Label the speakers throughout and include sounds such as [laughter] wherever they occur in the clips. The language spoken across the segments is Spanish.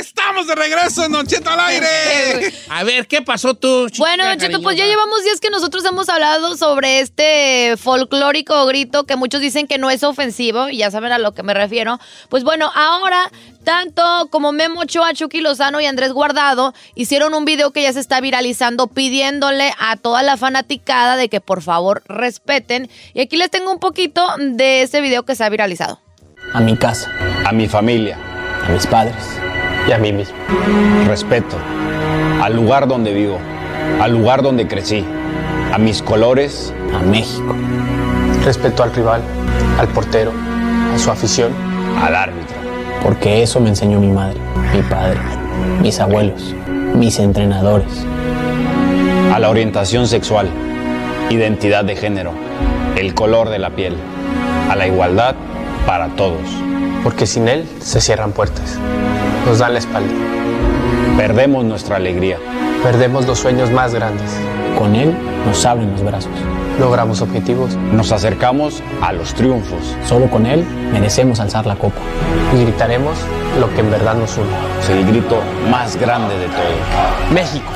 Speaker 1: Estamos de regreso en Don Cheto al aire.
Speaker 2: A ver, ¿qué pasó tú? chiquita
Speaker 3: Bueno, Don Cheto, pues ya llevamos días que nosotros hemos hablado sobre este folclórico grito que muchos dicen que no es ofensivo, y ya saben a lo que me refiero. Pues bueno, ahora, tanto como Memo Ochoa, Chucky Lozano y Andrés Guardado hicieron un video que ya se está viralizando pidiéndole a toda la fanaticada de que por favor respeten. Y aquí les tengo un poquito de ese video que se ha viralizado.
Speaker 4: a mi casa, a mi familia, a mis padres y a mí mismo. Respeto al lugar donde vivo, al lugar donde crecí, a mis colores, a México. Respeto al rival, al portero, a su afición, al árbitro. Porque eso me enseñó mi madre, mi padre, mis abuelos, mis entrenadores. A la orientación sexual, identidad de género, el color de la piel, a la igualdad para todos. Porque sin él se cierran puertas, nos dan la espalda. Perdemos nuestra alegría. Perdemos los sueños más grandes. Con él nos abren los brazos. Logramos objetivos. Nos acercamos a los triunfos. Solo con él merecemos alzar la copa. Y gritaremos lo que en verdad nos une. Es el grito más grande de todos. México.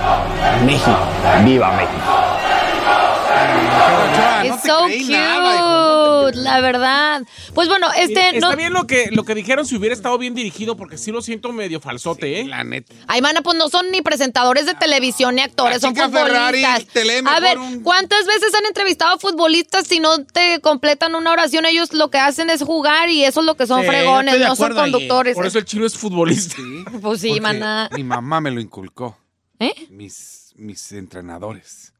Speaker 4: México. Viva México.
Speaker 1: Ochoa, Ah, no
Speaker 3: Es
Speaker 1: te
Speaker 3: so
Speaker 1: creí nada, hijo.
Speaker 3: cute, la verdad. Pues bueno, este
Speaker 5: Está
Speaker 3: no.
Speaker 5: bien lo que, lo que dijeron si hubiera estado bien dirigido, porque sí lo siento medio falsote, ¿eh?
Speaker 1: La neta.
Speaker 3: Ay, mana, pues no son ni presentadores de televisión ni actores,
Speaker 1: La
Speaker 3: son
Speaker 1: Ah, chica Ferrari
Speaker 3: futbolistas.
Speaker 1: te lee
Speaker 3: A
Speaker 1: mejor
Speaker 3: ver,
Speaker 1: un-
Speaker 3: ¿cuántas veces han entrevistado a futbolistas si no te completan una oración? Ellos lo que hacen es jugar y eso es lo que son
Speaker 2: Sí, yo
Speaker 3: fregones,
Speaker 2: estoy de
Speaker 3: no son
Speaker 2: acuerdo ahí.
Speaker 3: conductores.
Speaker 5: Por eso el chino es futbolista.
Speaker 3: Pues sí,
Speaker 1: Porque
Speaker 3: mana.
Speaker 1: Mi mamá me lo inculcó.
Speaker 3: ¿Eh?
Speaker 1: Mis, mis entrenadores.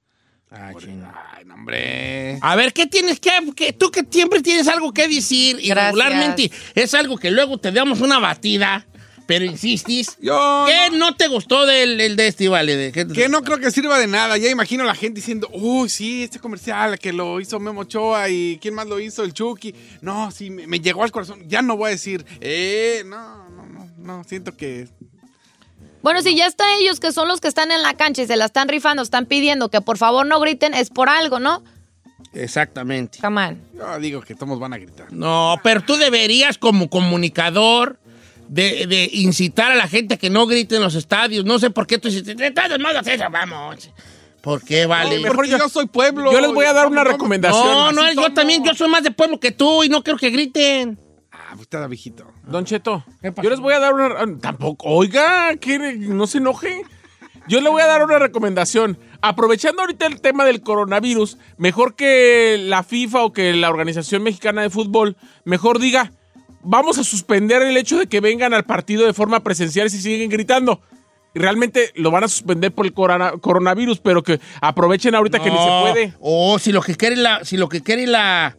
Speaker 2: Ah,
Speaker 1: Por-
Speaker 2: chinga.
Speaker 1: Ay, no, hombre.
Speaker 2: A ver, ¿qué tienes que, que- Tú que siempre tienes algo que decir y
Speaker 3: Gracias.
Speaker 2: regularmente es algo que luego te damos una batida, pero insistís.
Speaker 1: Yo
Speaker 2: ¿Qué no te gustó del, del de este, vale? De-
Speaker 1: Que no creo que sirva de nada. Ya imagino a la gente diciendo, uy, sí, este comercial que lo hizo Memo Ochoa y quién más lo hizo, el Chucky. No, sí, me, me llegó al corazón. Ya no voy a decir, eh, no, no, no, no, siento que.
Speaker 3: Bueno, si ya está ellos que son los que están en la cancha y se la están rifando, están pidiendo que por favor no griten, es por algo, ¿no?
Speaker 2: Exactamente.
Speaker 3: Come on.
Speaker 1: Yo digo que todos van a gritar.
Speaker 2: No, pero tú deberías como comunicador de, de incitar a la gente a que no grite en los estadios. No sé por qué tú hiciste. De todos modos, eso, vamos. ¿Por qué, vale?
Speaker 1: No, porque yo, soy pueblo.
Speaker 5: Yo les voy a dar una recomendación.
Speaker 2: No, no,
Speaker 1: así
Speaker 2: yo
Speaker 1: somos.
Speaker 2: también, yo soy más de pueblo que tú y no quiero que griten.
Speaker 1: Ah, pues está viejito.
Speaker 5: Don Cheto,
Speaker 2: ¿Qué pasó?
Speaker 5: yo les voy a dar una... ah, Tampoco, oiga, que no se enoje. Yo le voy a dar una recomendación. Aprovechando ahorita el tema del coronavirus, mejor que la FIFA o que la Organización Mexicana de Fútbol, mejor diga, vamos a suspender el hecho de que vengan al partido de forma presencial si siguen gritando. Y Realmente lo van a suspender por el corona- coronavirus, pero que aprovechen ahorita que ni se
Speaker 2: No.
Speaker 5: puede.
Speaker 2: O si lo que quiere la, si lo que quiere la,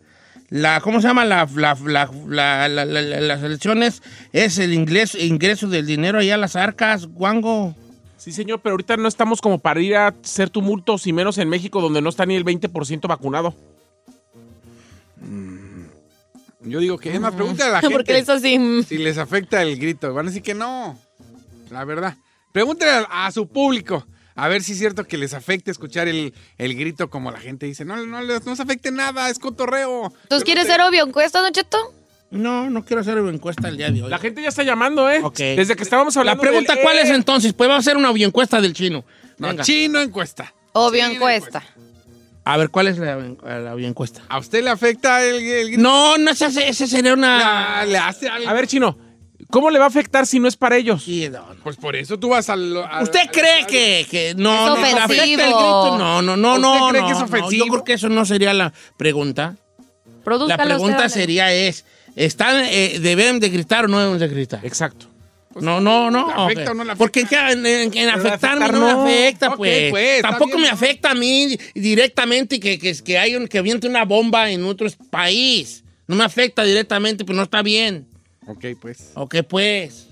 Speaker 2: la ¿cómo se llama? La, la, la, la- la- la- la- las elecciones es el ingreso, ingreso del dinero allá a las arcas, guango.
Speaker 5: Sí, señor, pero ahorita no estamos como para ir a hacer tumultos y menos en México donde no está ni el 20% vacunado.
Speaker 1: Yo digo que es más,
Speaker 3: [laughs]
Speaker 1: pregunta a la gente.
Speaker 3: ¿Por qué le hizo así?
Speaker 1: Si les afecta el grito, van a decir que no. La verdad. Pregúntenle a, a su público. A ver si es cierto que les afecta escuchar el, el grito como la gente dice. No, no, les- no se afecte nada, es cotorreo.
Speaker 3: ¿Tú quieres ser obvio encuesta, Don Cheto?
Speaker 2: No, no quiero hacer una encuesta el día de hoy.
Speaker 5: La gente ya está llamando, ¿eh?
Speaker 2: Ok.
Speaker 5: Desde que estábamos
Speaker 2: La
Speaker 5: hablando.
Speaker 2: pregunta
Speaker 5: del-
Speaker 2: cuál es
Speaker 5: ¡Eh!
Speaker 2: entonces, pues vamos a hacer una bioencuesta del chino.
Speaker 1: E. No,
Speaker 2: Venga.
Speaker 1: chino encuesta.
Speaker 3: Obvio
Speaker 1: Chino
Speaker 3: encuesta.
Speaker 2: A ver, ¿cuál es la, la encuesta?
Speaker 1: ¿A usted le afecta el, el grito?
Speaker 2: No, no, esa, esa sería una...
Speaker 1: Ah, ¿Le hace algo?
Speaker 5: A ver, chino, ¿cómo le va a afectar si no es para ellos?
Speaker 2: Sí, no, no.
Speaker 1: Pues por eso tú vas al... al-
Speaker 2: ¿Usted
Speaker 1: al-
Speaker 2: cree
Speaker 1: al-
Speaker 2: que, que no,
Speaker 3: Es
Speaker 2: no, le afecta el
Speaker 3: ofensivo.
Speaker 2: grito? No, no, no,
Speaker 1: ¿Usted
Speaker 2: no.
Speaker 1: cree que
Speaker 2: no,
Speaker 1: es
Speaker 2: no.
Speaker 1: ofensivo?
Speaker 2: Yo creo que eso no sería la pregunta.
Speaker 1: pues.
Speaker 2: La
Speaker 3: Produzcalo
Speaker 2: pregunta
Speaker 3: usted, don
Speaker 2: sería es, ¿están, eh, ¿deben de gritar o no deben de gritar?
Speaker 5: Exacto.
Speaker 2: No, no, no.
Speaker 1: ¿le afecta
Speaker 2: ok.
Speaker 1: o no le afecta?
Speaker 2: Porque en, en- en afectarme
Speaker 5: afectar
Speaker 2: no,
Speaker 5: no.
Speaker 2: me afecta,
Speaker 1: Ok,
Speaker 2: pues.
Speaker 1: pues, está
Speaker 2: Tampoco
Speaker 1: bien,
Speaker 2: me
Speaker 1: ¿no?
Speaker 2: afecta a mí directamente que, que, que hay un, que aviente una bomba en otro país. No me afecta directamente, pues no está bien.
Speaker 1: Ok, pues.
Speaker 2: ¿O qué pues?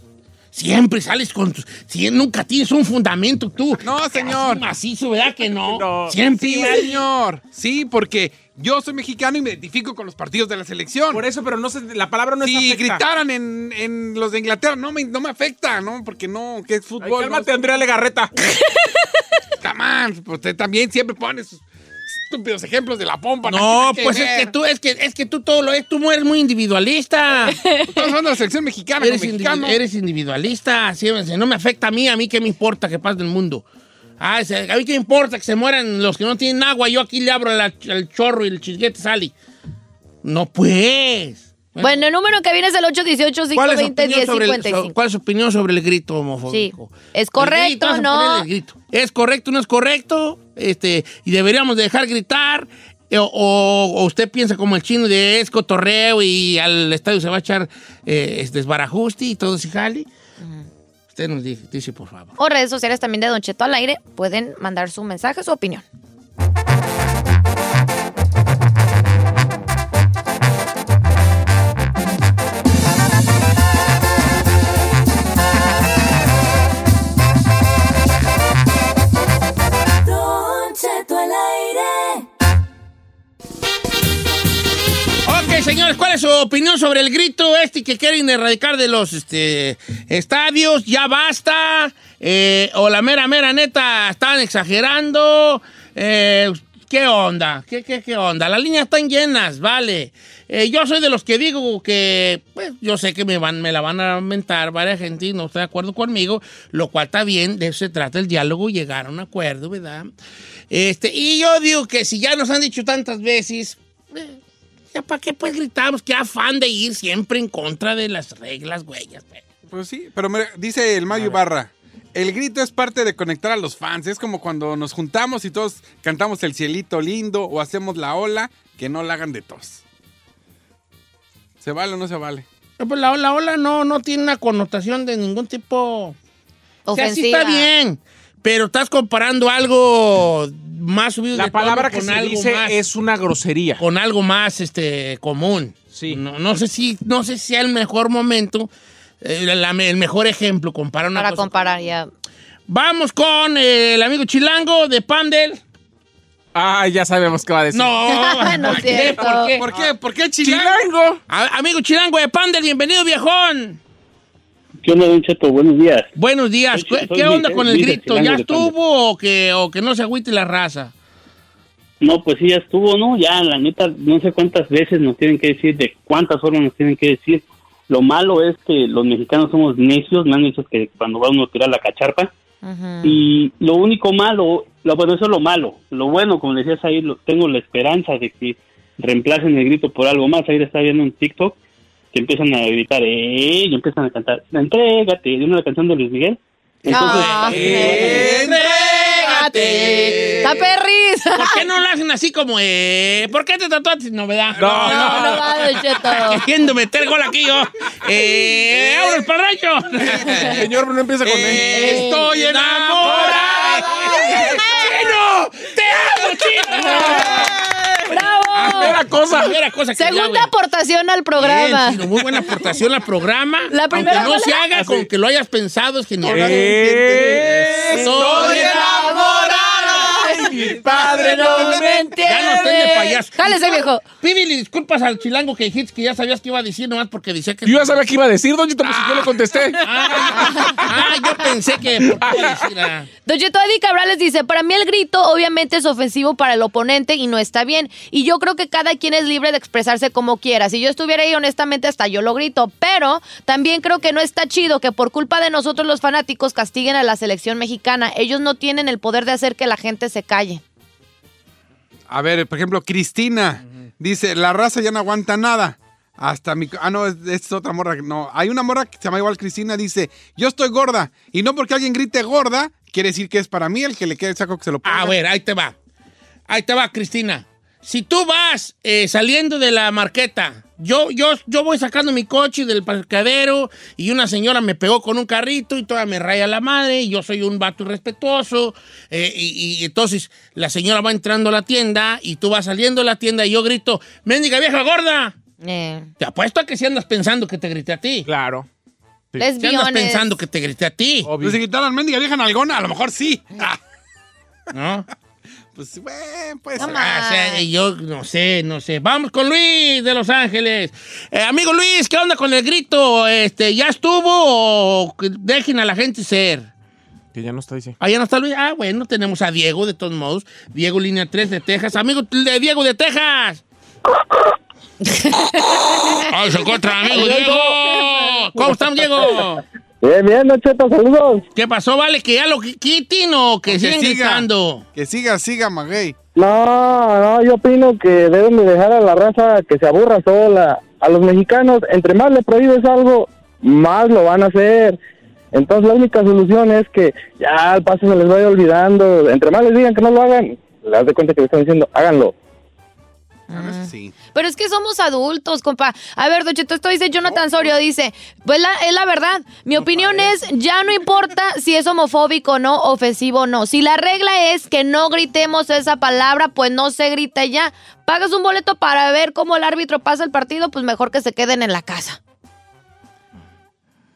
Speaker 2: Siempre sales con tus... si nunca tienes un fundamento tú. Ah,
Speaker 1: No, señor.
Speaker 2: Así macizo, ¿verdad que no?
Speaker 1: [laughs]
Speaker 5: No.
Speaker 2: Siempre.
Speaker 1: Sí, señor. Sí, porque yo soy mexicano y me identifico con los partidos de la selección.
Speaker 5: Por eso, pero no se, la palabra no
Speaker 1: si
Speaker 5: es afecta.
Speaker 1: gritaran en, en los de Inglaterra, no me, no me afecta, ¿no? Porque no, que es
Speaker 5: Ay,
Speaker 1: fútbol.
Speaker 5: cálmate, Andrea Legarreta.
Speaker 1: no, Come on, pues, usted también siempre pone sus estúpidos ejemplos de la pompa.
Speaker 2: No,
Speaker 1: nada que
Speaker 2: pues es
Speaker 1: ver.
Speaker 2: que tú, es que, es que tú todo lo es, tú eres muy [laughs] individualista.
Speaker 1: Estamos hablando de la selección mexicana,
Speaker 2: eres,
Speaker 1: como
Speaker 2: individu-
Speaker 1: mexicano.
Speaker 2: eres individualista, sí, o sea, no me afecta a mí, a mí qué me importa que pase del mundo. Ah, o sea, a mí qué me importa que se mueran los que no tienen agua, yo aquí le abro la- el chorro y el chisguete sale. No pues.
Speaker 3: Bueno, el número que viene es el 818
Speaker 2: ¿Cuál es, su
Speaker 3: 520
Speaker 2: opinión sobre el-
Speaker 3: 1055
Speaker 2: so- cuál es su opinión sobre el grito homofóbico?
Speaker 3: Sí. ¿Es
Speaker 2: El
Speaker 3: correcto
Speaker 2: grito, vamos a
Speaker 3: o no?
Speaker 2: ponerle el grito. ¿Es correcto o no es correcto? Este, y deberíamos dejar gritar. eh, O, o- o usted piensa como el chino de es cotorreo y al estadio se va a echar eh, este, esbarajusti y todo se jale. Usted nos dice, dice, por favor.
Speaker 3: o redes sociales también de Don Cheto al aire pueden mandar su mensaje, su opinión.
Speaker 2: Ok, señores, ¿cuál es su opinión sobre el grito este que quieren erradicar de los este, estadios? ¿Ya basta? Eh, ¿O la mera, mera neta están exagerando? Eh, ¿Qué onda? ¿Qué, qué, qué onda? Las líneas están llenas, vale. Eh, yo soy de los que digo que, pues, yo sé que me, van, me la van a aumentar varias gente y no está de acuerdo conmigo, lo cual está bien, de eso se trata el diálogo, llegar a un acuerdo, ¿verdad? Este, y yo digo que si ya nos han dicho tantas veces, eh, ya, ¿Para qué pues gritamos? Qué afán de ir siempre en contra de las reglas, güey. ya sé.
Speaker 1: Pues sí, pero mira, dice el Mayo Barra. El grito es parte de conectar a los fans. Es como cuando nos juntamos y todos cantamos el cielito lindo o hacemos la ola, que no la hagan de tos. ¿Se vale o no se vale?
Speaker 2: No, pues la ola, ola no, no tiene una connotación de ningún tipo. O sea, sí
Speaker 3: Ofensiva.
Speaker 2: está bien, pero estás comparando algo más subido de
Speaker 5: La
Speaker 2: tono
Speaker 5: palabra que
Speaker 2: con
Speaker 5: se
Speaker 2: algo
Speaker 5: dice
Speaker 2: más,
Speaker 5: es una grosería.
Speaker 2: con algo más este común.
Speaker 5: Sí.
Speaker 2: No, no sé si no sé si sea el mejor momento, eh, la- el mejor ejemplo comparar una
Speaker 3: Para
Speaker 2: cosa con-
Speaker 3: comparar ya.
Speaker 2: Vamos con eh, el amigo Chilango de Pandel.
Speaker 5: Ah, ya sabemos qué va a decir.
Speaker 2: [laughs] No,
Speaker 3: No es
Speaker 2: ¿por qué?
Speaker 3: cierto.
Speaker 2: ¿Por qué?
Speaker 1: ¿Por qué? ¿Por qué Chilango?
Speaker 5: ¡Chilango!
Speaker 2: A- amigo Chilango de Pandel, bienvenido viejón.
Speaker 6: ¿Qué onda, Don Cheto? Buenos días.
Speaker 2: Buenos días.
Speaker 6: Soy-
Speaker 2: ¿Qué,
Speaker 6: soy
Speaker 2: qué
Speaker 6: Miguel,
Speaker 2: onda con el
Speaker 6: Miguel
Speaker 2: grito?
Speaker 6: Chilango
Speaker 2: ¿Ya
Speaker 6: de
Speaker 2: estuvo o que, o que no se agüite la raza?
Speaker 6: No, pues sí, ya estuvo, ¿no? Ya, la neta, no sé cuántas veces nos tienen que decir, de cuántas formas nos tienen que decir. Lo malo es que los mexicanos somos necios, me han dicho que cuando va uno a tirar la cacharpa.
Speaker 3: Ujú.
Speaker 6: Y lo único malo, lo, bueno, eso es lo malo. Lo bueno, como decías ahí, lo- tengo la esperanza de que reemplacen el grito por algo más. Ahí está viendo un TikTok que empiezan a gritar, ¡eh! Y empiezan a cantar, ¡entrégate! De una canción de Luis Miguel. Entonces,
Speaker 3: Ah.
Speaker 2: eh, ¡Entrégate!
Speaker 3: ¡Está perris!
Speaker 2: ¿Por qué no lo hacen así como, eh? ¿Por qué te tatuaste? Novedad.
Speaker 3: No, no, va, Don
Speaker 2: [laughs]
Speaker 3: Cheto.
Speaker 2: Queriendo meter gol aquí yo. ¡Eh! ¡Abro el
Speaker 1: Eh,
Speaker 2: parracho!
Speaker 5: Señor, no empieza con
Speaker 2: Eh,
Speaker 5: él.
Speaker 2: ¡Estoy enamorada!
Speaker 1: [laughs]
Speaker 2: ¡Chino! ¡Te amo, chino!
Speaker 3: ¡Bravo!
Speaker 5: Primera cosa.
Speaker 2: Primera cosa que ya, güey.
Speaker 3: Segunda aportación al programa.
Speaker 2: Bien, Ciro, muy buena aportación al programa.
Speaker 3: La primera
Speaker 2: Aunque no
Speaker 3: fue
Speaker 2: se
Speaker 3: la-
Speaker 2: haga con que lo hayas pensado, es genial.
Speaker 5: Eh,
Speaker 2: Estoy
Speaker 3: enamorada
Speaker 5: y mi padre no me entiende.
Speaker 2: Ya no estén de payaso.
Speaker 3: Jálese, viejo.
Speaker 2: Pídele disculpas al chilango que dijiste que ya sabías que iba a decir, nomás porque decía que.
Speaker 5: Yo ya sabía que iba a decir, Don Chito, pues si yo le
Speaker 2: [laughs]
Speaker 5: contesté.
Speaker 2: Ah, ah, yo pensé que. ¿por qué iba a decir, ah?
Speaker 3: Don Cheto Eddie Cabrales dice, para mí el grito obviamente es ofensivo para el oponente y no está bien. Y yo creo que cada quien es libre de expresarse como quiera. Si yo estuviera ahí, honestamente, hasta yo lo grito. Pero también creo que no está chido que por culpa de nosotros los fanáticos castiguen a la selección mexicana. Ellos no tienen el poder de hacer que la gente se calle.
Speaker 1: A ver, por ejemplo, Cristina dice, la raza ya no aguanta nada. Hasta mi... Ah, no, es, es otra morra. No, hay una morra que se llama igual Cristina, dice, yo estoy gorda. Y no porque alguien grite gorda, quiere decir que es para mí el que le quede el saco que se lo ponga.
Speaker 2: A ver, ahí te va. Ahí te va, Cristina. Si tú vas eh, saliendo de la marqueta, yo, yo, yo voy sacando mi coche del parcadero y una señora me pegó con un carrito y toda me raya la madre y yo soy un vato respetuoso eh, y, y entonces la señora va entrando a la tienda y tú vas saliendo de la tienda y yo grito, mendiga vieja gorda.
Speaker 3: Eh,
Speaker 2: Te apuesto a que si andas pensando que te grité a ti.
Speaker 5: Claro. Sí.
Speaker 3: let's
Speaker 2: Si
Speaker 3: be
Speaker 2: andas
Speaker 3: honest.
Speaker 2: pensando que te grité a ti,
Speaker 1: Pues si gritaran mendiga vieja nalgona, a lo mejor sí. Ah,
Speaker 2: ¿no?
Speaker 1: pues, bueno, pues...
Speaker 3: No
Speaker 2: Ah, o sea, eh, yo no sé, no sé. Vamos con Luis de Los Ángeles. Eh, amigo Luis, ¿qué onda con el grito? Este, ¿Ya estuvo o que dejen a la gente ser?
Speaker 5: Que ya no está, dice.
Speaker 2: Allá no está Luis. Ah, bueno, tenemos a Diego de todos modos. Diego Línea 3 de Texas. Amigo de Diego de [laughs] Texas. ¡Ay, se encuentra, amigo Diego! ¿Cómo están, Diego?
Speaker 7: Bien, bien, Don Cheto, saludos.
Speaker 2: ¿Qué pasó? ¿Vale que ya lo qui- quiten o que siguen
Speaker 1: siga.
Speaker 2: gritando?
Speaker 1: Que siga, siga, maguey.
Speaker 7: No, no, yo opino que deben de dejar a la raza que se aburra sola. A los mexicanos, entre más le prohíbes algo, más lo van a hacer. Entonces la única solución es que ya al paso se les vaya olvidando. Entre más les digan que no lo hagan, les de cuenta que le están diciendo, háganlo.
Speaker 1: Ah,
Speaker 3: Mm.
Speaker 1: Sí.
Speaker 3: Pero es que somos adultos, compa. A ver, Docheto, esto dice Jonathan Sorio, dice, pues la- es la verdad, mi opinión es, ya no importa [laughs] si es homofóbico o no, ofensivo o no. Si la regla es que no gritemos esa palabra, pues no se grita ya. Pagas un boleto para ver cómo el árbitro pasa el partido, pues mejor que se queden en la casa.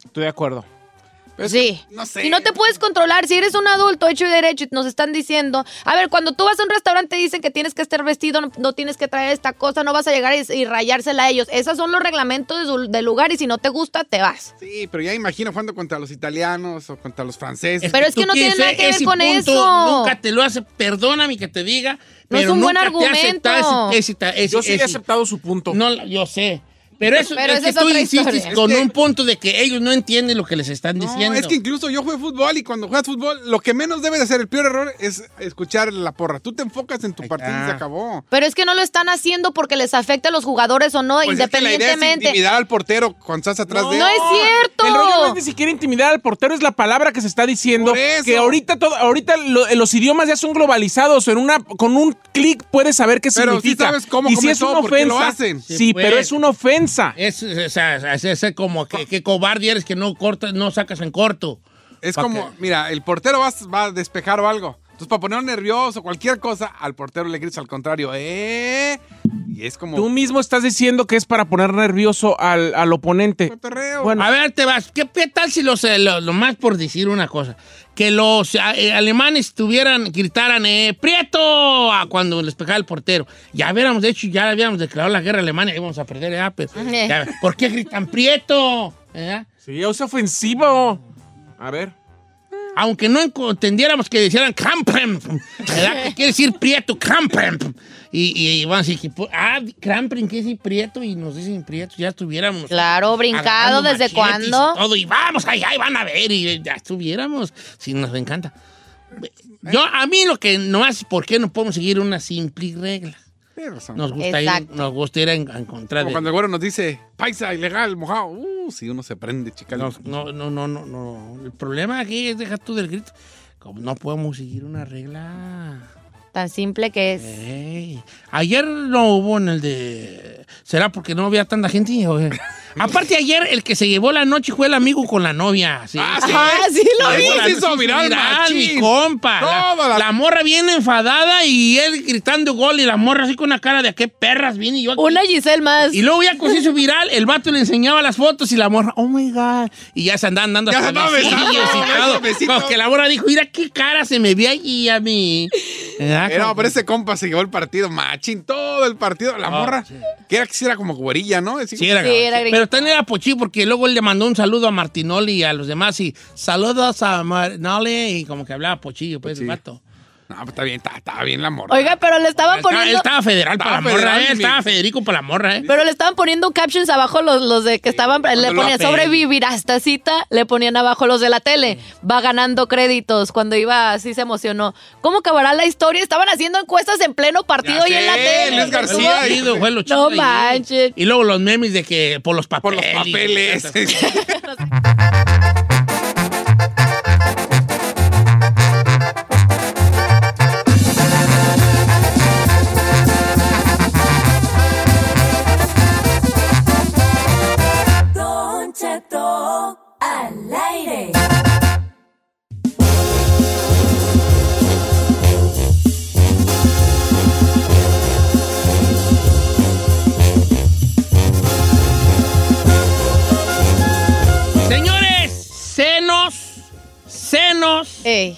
Speaker 5: Estoy de acuerdo.
Speaker 1: Pues,
Speaker 3: sí.
Speaker 1: no sé.
Speaker 3: Y no te puedes controlar. Si eres un adulto hecho y derecho y nos están diciendo, a ver, cuando tú vas a un restaurante dicen que tienes que estar vestido, no, no tienes que traer esta cosa, no vas a llegar y, y rayársela a ellos. Esos son los reglamentos de su- del lugar y si no te gusta, te vas.
Speaker 1: Sí, pero ya imagino jugando contra los italianos o contra los franceses.
Speaker 3: Pero es que
Speaker 2: tú
Speaker 3: no tiene
Speaker 2: quieres,
Speaker 3: nada que ver
Speaker 2: ese
Speaker 3: con
Speaker 2: punto
Speaker 3: eso.
Speaker 2: Nunca te lo hace, perdóname que te diga,
Speaker 3: No es
Speaker 2: pero
Speaker 3: un buen
Speaker 2: nunca te ha
Speaker 3: argumento.
Speaker 2: aceptado ese- ese- ese-
Speaker 5: Yo sí he
Speaker 2: ese-
Speaker 5: aceptado su punto.
Speaker 2: No, yo sé. Pero eso
Speaker 3: Pero esa
Speaker 2: es que
Speaker 3: es
Speaker 2: tú
Speaker 3: otra
Speaker 2: insistes
Speaker 3: historia.
Speaker 2: con
Speaker 1: Es que-
Speaker 2: un punto de que ellos no entienden lo que les están
Speaker 1: No,
Speaker 2: diciendo.
Speaker 1: es que incluso yo jugué fútbol y cuando juegas fútbol, lo que menos debe de hacer, el peor error es escuchar la porra. Tú te enfocas en tu
Speaker 2: Ahí
Speaker 1: partido y
Speaker 2: está.
Speaker 1: se acabó.
Speaker 3: Pero es que no lo están haciendo porque les afecta a los jugadores o no,
Speaker 1: Pues es que la idea es
Speaker 3: independientemente.
Speaker 1: intimidar al portero cuando estás atrás de él.
Speaker 3: No es cierto.
Speaker 5: El rollo no es ni siquiera intimidar al portero, es la palabra que se está diciendo.
Speaker 1: Por eso.
Speaker 5: Que ahorita, todo, ahorita lo- eh, los idiomas ya son globalizados. En una, con un clic puedes saber qué
Speaker 1: Pero sí
Speaker 5: significa.
Speaker 1: sabes cómo
Speaker 5: y si es
Speaker 1: comenzó,
Speaker 5: una
Speaker 1: por qué
Speaker 5: ofensa.
Speaker 1: lo hacen.
Speaker 5: Sí,
Speaker 2: Sí, Eh, pues.
Speaker 5: pero es una ofensa.
Speaker 2: Es, o sea, es- es- es como que, que cobarde eres que no cortas, no sacas en corto.
Speaker 1: Es
Speaker 2: Pa'
Speaker 1: como,
Speaker 2: que-
Speaker 1: mira, el portero va, va a despejar o algo. Entonces, para poner nervioso, cualquier cosa, al portero le gritas al contrario, ¡eh! Y es como.
Speaker 5: Tú mismo estás diciendo que es para poner nervioso al, al oponente.
Speaker 1: cotorreo.
Speaker 5: Bueno.
Speaker 2: A ver, te vas. ¿Qué, qué tal si los, eh, lo, lo más por decir una cosa? Que los eh, alemanes tuvieran, gritaran, eh, ¡Prieto! a cuando les pegaba el portero. Ya hubiéramos, de hecho, ya habíamos declarado la guerra a Alemania. Íbamos a perder, ¿verdad? Pero,
Speaker 3: Eh.
Speaker 2: ya, ¿Por qué gritan ¡Prieto! eh? ¿Verdad?
Speaker 5: Sí, es ofensivo. A ver.
Speaker 2: aunque no entendiéramos que decían Krampen, ¿verdad? Que quiere decir prieto, Krampen. Y, y, van a decir, que, pu- ah, Krampen quiere decir prieto y nos dicen prieto, ya estuviéramos.
Speaker 3: Claro, brincado,
Speaker 2: agarrando
Speaker 3: ¿desde
Speaker 2: machetes
Speaker 3: cuándo?
Speaker 2: Y todo, y vamos allá y van a ver, y ya estuviéramos, si nos encanta. Yo, a mí lo que no hace, ¿por qué no podemos seguir una simple regla?
Speaker 1: Tienes razón.
Speaker 2: Nos gusta ir,
Speaker 3: Exacto.
Speaker 2: nos gusta ir en, en contra
Speaker 1: Como
Speaker 2: de...
Speaker 1: cuando el güero nos dice, paisa, ilegal, mojado. Uh, si uno se prende, chica.
Speaker 2: No, no, no, no, no, no. El problema aquí es dejar tú del grito. Como no podemos seguir una regla...
Speaker 3: Tan simple que es.
Speaker 2: Ey, Ayer no hubo en el de. ¿Será porque no había tanta gente? O- Aparte, ayer el que se llevó la noche fue el amigo con la novia. Sí.
Speaker 1: Ah,
Speaker 2: Se
Speaker 1: sí.
Speaker 3: Ah, sí lo
Speaker 1: Ahí
Speaker 3: vi.
Speaker 2: llevó la
Speaker 1: se
Speaker 2: noche,
Speaker 1: hizo viral,
Speaker 2: mi
Speaker 1: machín.
Speaker 2: compa. La,
Speaker 1: Toda la-
Speaker 2: la morra bien enfadada y él gritando gol y la morra así con una cara de a qué perras viene y yo. aquí.
Speaker 3: Una Giselle más.
Speaker 2: Y luego ya con eso viral, el vato le enseñaba las fotos y la morra, oh my God. Y ya se andaban dando
Speaker 1: Ya
Speaker 2: hasta
Speaker 1: se andaban
Speaker 2: besillos
Speaker 1: besando,
Speaker 2: y todo.
Speaker 1: besito.
Speaker 2: Como que la morra dijo, mira qué cara se me ve allí a mí. ¿Verdad?
Speaker 1: Eh, no,
Speaker 2: Como-
Speaker 1: pero ese compa se llevó el partido, machín, todo el partido. La
Speaker 2: Ah,
Speaker 1: morra,
Speaker 2: sí.
Speaker 1: que era que sí era como güerilla, ¿no? Así-
Speaker 2: Sí, era,
Speaker 3: Sí,
Speaker 2: gabacho.
Speaker 3: era gringo.
Speaker 2: Pero también era Pochí porque luego él le mandó un saludo a Martinoli y a los demás y saludos a Martinoli y como que hablaba Pochillo, pues, el
Speaker 1: Pochillo.
Speaker 2: vato.
Speaker 1: No, pues está bien, está, está bien la morra.
Speaker 3: Oiga, pero le estaban
Speaker 2: Estaba, él
Speaker 3: poniendo.
Speaker 2: estaba federal para la
Speaker 1: Estaba
Speaker 2: morra,
Speaker 1: federal,
Speaker 2: eh,
Speaker 1: mi-
Speaker 2: estaba Federico para la morra, ¿eh?
Speaker 3: Pero le estaban poniendo captions abajo los, los de que estaban. Le
Speaker 2: lo
Speaker 3: ponían
Speaker 2: ape-
Speaker 3: sobrevivir a esta cita, le ponían abajo los de la tele. Va ganando créditos. Cuando iba así se emocionó. ¿Cómo acabará la historia? Estaban haciendo encuestas en pleno partido y en la
Speaker 1: sé,
Speaker 3: tele.
Speaker 1: Luis
Speaker 3: Estuvo-
Speaker 1: García.
Speaker 2: Fue lo chido, fue lo chido
Speaker 3: No
Speaker 2: ahí.
Speaker 3: manches.
Speaker 2: Y luego los memes de que por los
Speaker 1: Por los
Speaker 2: papeles.
Speaker 1: papeles.
Speaker 2: Señores, senos, senos,
Speaker 3: Ey.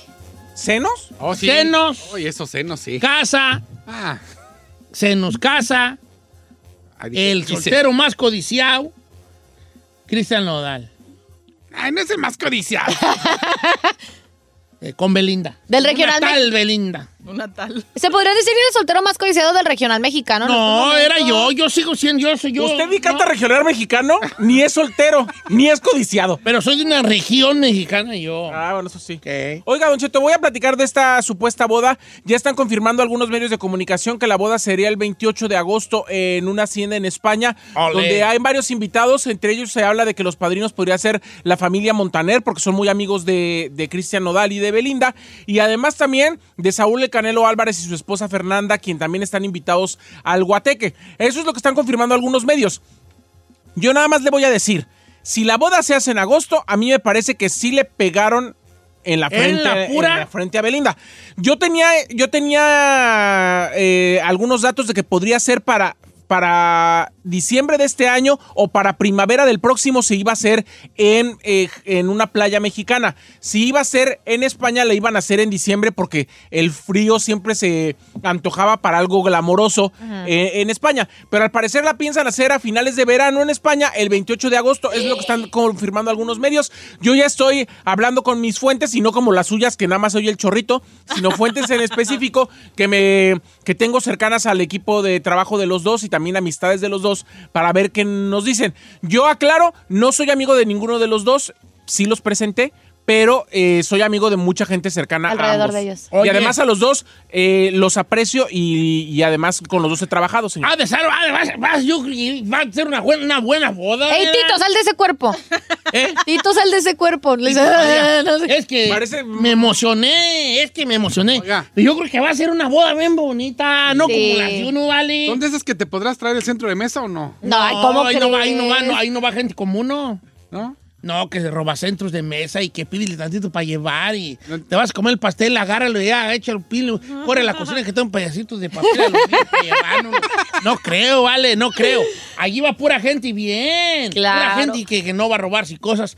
Speaker 5: ¿Senos?
Speaker 1: Oh, sí.
Speaker 2: Senos.
Speaker 1: Oye, esos senos, sí.
Speaker 2: casa,
Speaker 1: Ah,
Speaker 2: se nos casa,
Speaker 1: ahí dije,
Speaker 2: el
Speaker 1: quise.
Speaker 2: soltero más codiciado, Cristian Nodal,
Speaker 1: Ay, no es el más codiciado.
Speaker 2: eh, con Belinda.
Speaker 3: Del
Speaker 2: Una
Speaker 3: regional me-
Speaker 2: Tal Belinda.
Speaker 3: ¿Se podría decir que era el soltero más codiciado del regional mexicano? en
Speaker 2: No,
Speaker 3: este
Speaker 2: era
Speaker 3: momento?
Speaker 2: yo, yo sigo siendo yo, soy yo.
Speaker 5: ¿Usted ni canta
Speaker 2: No,
Speaker 5: regional mexicano? Ni es soltero, ni es codiciado.
Speaker 2: Pero soy de una región mexicana yo.
Speaker 5: Ah, bueno, eso sí.
Speaker 2: Ok.
Speaker 5: Oiga, Don Cheto, voy a platicar de esta supuesta boda. Ya están confirmando algunos medios de comunicación que la boda sería el 28 de agosto en una hacienda en España,
Speaker 2: Ole.
Speaker 5: donde hay varios invitados. Entre ellos se habla de que los padrinos podría ser la familia Montaner, porque son muy amigos de, de Cristian Nodal y de Belinda. Y además también de Saúl El Canelo Álvarez y su esposa Fernanda, quien también están invitados al Guateque. Eso es lo que están confirmando algunos medios. Yo nada más le voy a decir, si la boda se hace en agosto, a mí me parece que sí le pegaron en la
Speaker 2: ¿En
Speaker 5: frente,
Speaker 2: la pura?
Speaker 5: en la frente a Belinda. Yo tenía, yo tenía eh, algunos datos de que podría ser para, para diciembre de este año o para primavera del próximo se iba a hacer en, eh, en una playa mexicana. Si iba a ser en España, la iban a hacer en diciembre porque el frío siempre se antojaba para algo glamoroso eh, en España. Pero al parecer la piensan hacer a finales de verano en España, el 28 de agosto, es lo que están confirmando algunos medios. Yo ya estoy hablando con mis fuentes y no como las suyas, que nada más oye el chorrito, sino fuentes en específico que me que tengo cercanas al equipo de trabajo de los dos y también amistades de los dos para ver qué nos dicen. Yo aclaro, no soy amigo de ninguno de los dos, sí los presenté. Pero eh, soy amigo de mucha gente cercana
Speaker 3: Alrededor
Speaker 5: a ambos.
Speaker 3: de ellos.
Speaker 2: Oye.
Speaker 5: Y además a los dos eh, los aprecio y, y además con los dos he trabajado, señor.
Speaker 2: Ah, de ser, ah, vas- vas- yo- va a ser una buena, una buena boda.
Speaker 3: Ey,
Speaker 2: ¿verdad?
Speaker 3: Tito, sal de ese cuerpo.
Speaker 2: ¿Eh?
Speaker 3: Tito, sal de ese
Speaker 2: [laughs]
Speaker 3: cuerpo. Le dice, "Ah, [laughs]
Speaker 2: Oiga,
Speaker 3: no sé".
Speaker 2: Es que
Speaker 5: Parece-
Speaker 2: me emocioné, es que me emocioné.
Speaker 1: Oiga.
Speaker 2: Y Yo creo que va a ser una boda bien bonita, no
Speaker 3: Sí.
Speaker 2: como las de uno, ¿vale?
Speaker 1: ¿Son de esas que te podrás traer el centro de mesa o no?
Speaker 3: No, ay, ¿cómo
Speaker 2: ahí no, va, ahí no va,
Speaker 3: crees?
Speaker 2: no, ahí no va gente como uno.
Speaker 1: ¿No?
Speaker 2: No, que se roba centros de mesa y que pídele tantito para llevar y
Speaker 1: No.
Speaker 2: te vas a comer el pastel, agárralo y ya, echa el pilo, corre a la cocina que tengo pedacitos de papel a los niños para llevar. No, no creo, vale, no creo. Allí va pura gente y bien. Pura
Speaker 3: Claro.
Speaker 2: gente y que, que no va a robarse cosas.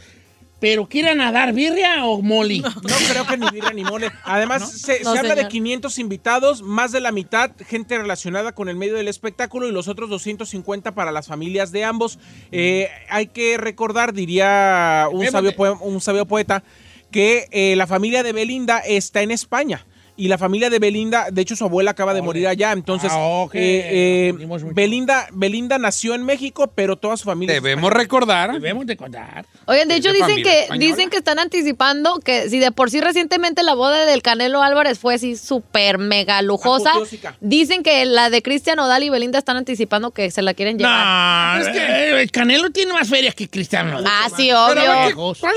Speaker 2: Pero ¿quieran a dar birria o moli?
Speaker 5: No creo que ni birra ni mole. Además, se,
Speaker 3: No,
Speaker 5: se habla de
Speaker 3: señor.
Speaker 5: 500 invitados, más de la mitad gente relacionada con el medio del espectáculo y los otros 250 para las familias de ambos. Eh, hay que recordar, diría un
Speaker 2: Espérate.
Speaker 5: sabio, poe- un sabio poeta, que eh, la familia de Belinda está en España. Y la familia de Belinda, de hecho su abuela acaba de
Speaker 2: Ole.
Speaker 5: morir allá, entonces
Speaker 2: Ah, ok.
Speaker 5: eh, eh,
Speaker 2: Nos unimos mucho.
Speaker 5: Belinda, Belinda nació en México, pero toda su familia...
Speaker 1: Debemos recordar.
Speaker 2: Debemos de contar.
Speaker 3: Oigan, de
Speaker 1: Es de
Speaker 3: hecho dicen
Speaker 1: familia
Speaker 3: que,
Speaker 1: española.
Speaker 3: dicen que están anticipando que si de por sí recientemente la boda del Canelo Álvarez fue así súper mega lujosa,
Speaker 5: Apoteósica.
Speaker 3: dicen que la de Cristian Odal y Belinda están anticipando que se la quieren llevar.
Speaker 2: No,
Speaker 1: Es que-
Speaker 2: eh, el Canelo tiene más ferias que Cristiano.
Speaker 3: ah, sí,
Speaker 1: Pero, a ver,
Speaker 3: obvio.
Speaker 2: obvio.
Speaker 1: ¿qué- ¿cuál,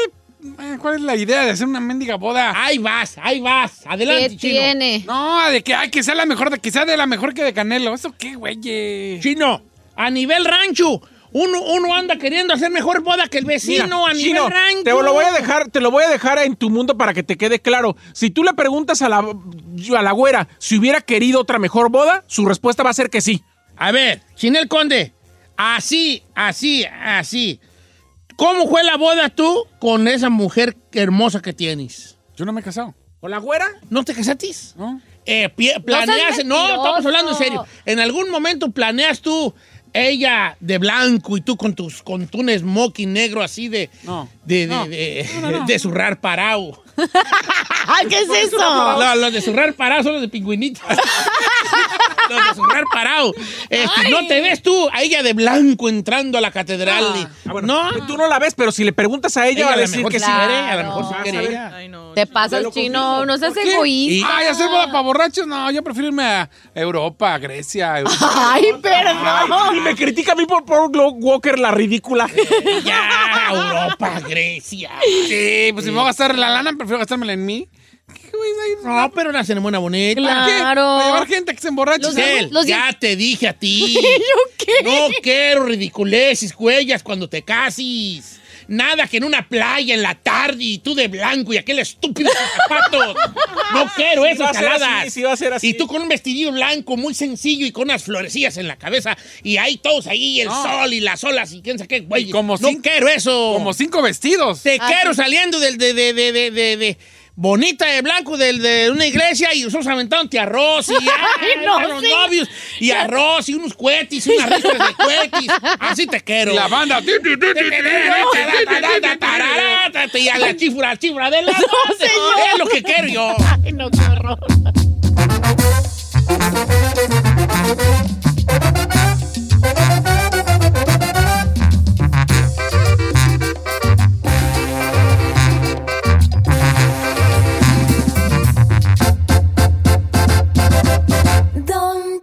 Speaker 1: eh, cuál es la idea de hacer una mendiga boda?
Speaker 2: Ahí vas, ahí vas. Adelante,
Speaker 3: ¿Qué
Speaker 2: chino.
Speaker 3: tiene?
Speaker 1: No, de que, ay, que sea la mejor, de, que sea de la mejor que de Canelo. ¿Eso qué, güey?
Speaker 2: Chino, a nivel rancho. Uno, uno anda queriendo hacer mejor boda que el
Speaker 5: Mira,
Speaker 2: vecino a nivel
Speaker 5: Chino,
Speaker 2: rancho.
Speaker 5: Te lo voy a dejar, te lo voy a dejar en tu mundo para que te quede claro. Si tú le preguntas a la, a la güera si hubiera querido otra mejor boda, su respuesta va a ser que sí.
Speaker 2: A ver, Chinel Conde. Así, así, así. ¿Cómo fue la boda tú con esa mujer hermosa que tienes?
Speaker 1: Yo no me he casado,
Speaker 5: ¿Con la güera?
Speaker 2: ¿No te casatis?
Speaker 1: ¿no?
Speaker 2: Eh, pie-
Speaker 3: No seas
Speaker 2: planeas, no,
Speaker 3: mentiroso.
Speaker 2: estamos hablando en serio. En algún momento planeas tú, ella de blanco y tú con tus con tu un smoking negro así de
Speaker 1: No.
Speaker 2: de de,
Speaker 1: No.
Speaker 2: de- de zurrar parado.
Speaker 3: Ay, ¿Qué es eso?
Speaker 2: No, los de zurrar parado son los de [laughs] pingüinito. los de zurrar parado. Este, no te ves tú a ella de blanco entrando a la catedral. y-
Speaker 5: Ah, bueno,
Speaker 2: no,
Speaker 5: Tú no la ves, pero si le preguntas a ella,
Speaker 2: ella
Speaker 5: va
Speaker 2: a
Speaker 5: a
Speaker 2: lo
Speaker 5: decir
Speaker 2: mejor
Speaker 5: que
Speaker 2: que
Speaker 5: sí.
Speaker 2: sí quiere, a lo
Speaker 3: Claro.
Speaker 2: mejor
Speaker 1: Ah,
Speaker 2: sí quiere ella.
Speaker 3: Te pasas, chino. No seas egoísta.
Speaker 1: Ay, hacer boda para borrachos. No, yo prefiero irme a Europa, a Grecia. Europa.
Speaker 3: Ay, perdón.
Speaker 5: Y me critica a mí por Paul Walker, la ridícula.
Speaker 2: Ya, Europa,
Speaker 3: [laughs]
Speaker 2: Grecia.
Speaker 1: sí, pues si me voy a gastar la lana, prefiero gastármela en mí. ¿Qué güey es ahí?
Speaker 2: No, pero una ceremonia bonita.
Speaker 3: Claro.
Speaker 1: ¿Qué? Para llevar gente que se emborrache.
Speaker 3: Los-
Speaker 2: Giselle,
Speaker 3: los-
Speaker 2: ya te dije a ti.
Speaker 3: [laughs] ¿Yo qué?
Speaker 2: No quiero ridiculeces, huellas cuando te cases. Nada que en una playa en la tarde y tú de blanco y aquel estúpido sin zapatos.
Speaker 5: [laughs]
Speaker 2: No quiero
Speaker 5: Sí, va
Speaker 2: esas
Speaker 5: a ser así,
Speaker 2: jaladas.
Speaker 5: sí, va a ser así.
Speaker 2: Y tú con un vestidillo blanco muy sencillo y con unas florecillas en la cabeza y ahí todos ahí, el
Speaker 1: No.
Speaker 2: sol y las olas y quién sabe qué, güey.
Speaker 1: Y como
Speaker 2: no
Speaker 1: sin-
Speaker 2: quiero eso.
Speaker 1: Como cinco vestidos.
Speaker 2: Te quiero saliendo del de, de, de, de, de, de- bonita de blanco del de una iglesia y nosotros aventándote arroz y ay,
Speaker 3: no,
Speaker 2: a los
Speaker 3: sí.
Speaker 2: novios y arroz y unos cuetis y unas risas de cuetis. Así te quiero.
Speaker 1: La banda.
Speaker 2: Y a la chifra, chifra de la Es lo que quiero yo.
Speaker 3: Ay, no, qué horror.
Speaker 8: Don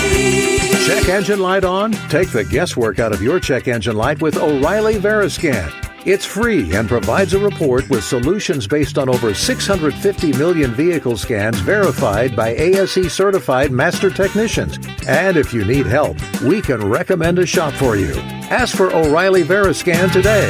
Speaker 9: Check engine light on? Take the guesswork out of your check engine light with O'Reilly Veriscan. It's free and provides a report with solutions based on over 650 million vehicle scans verified by ASE certified master technicians. And if you need help, we can recommend a shop for you. Ask for O'Reilly Veriscan today.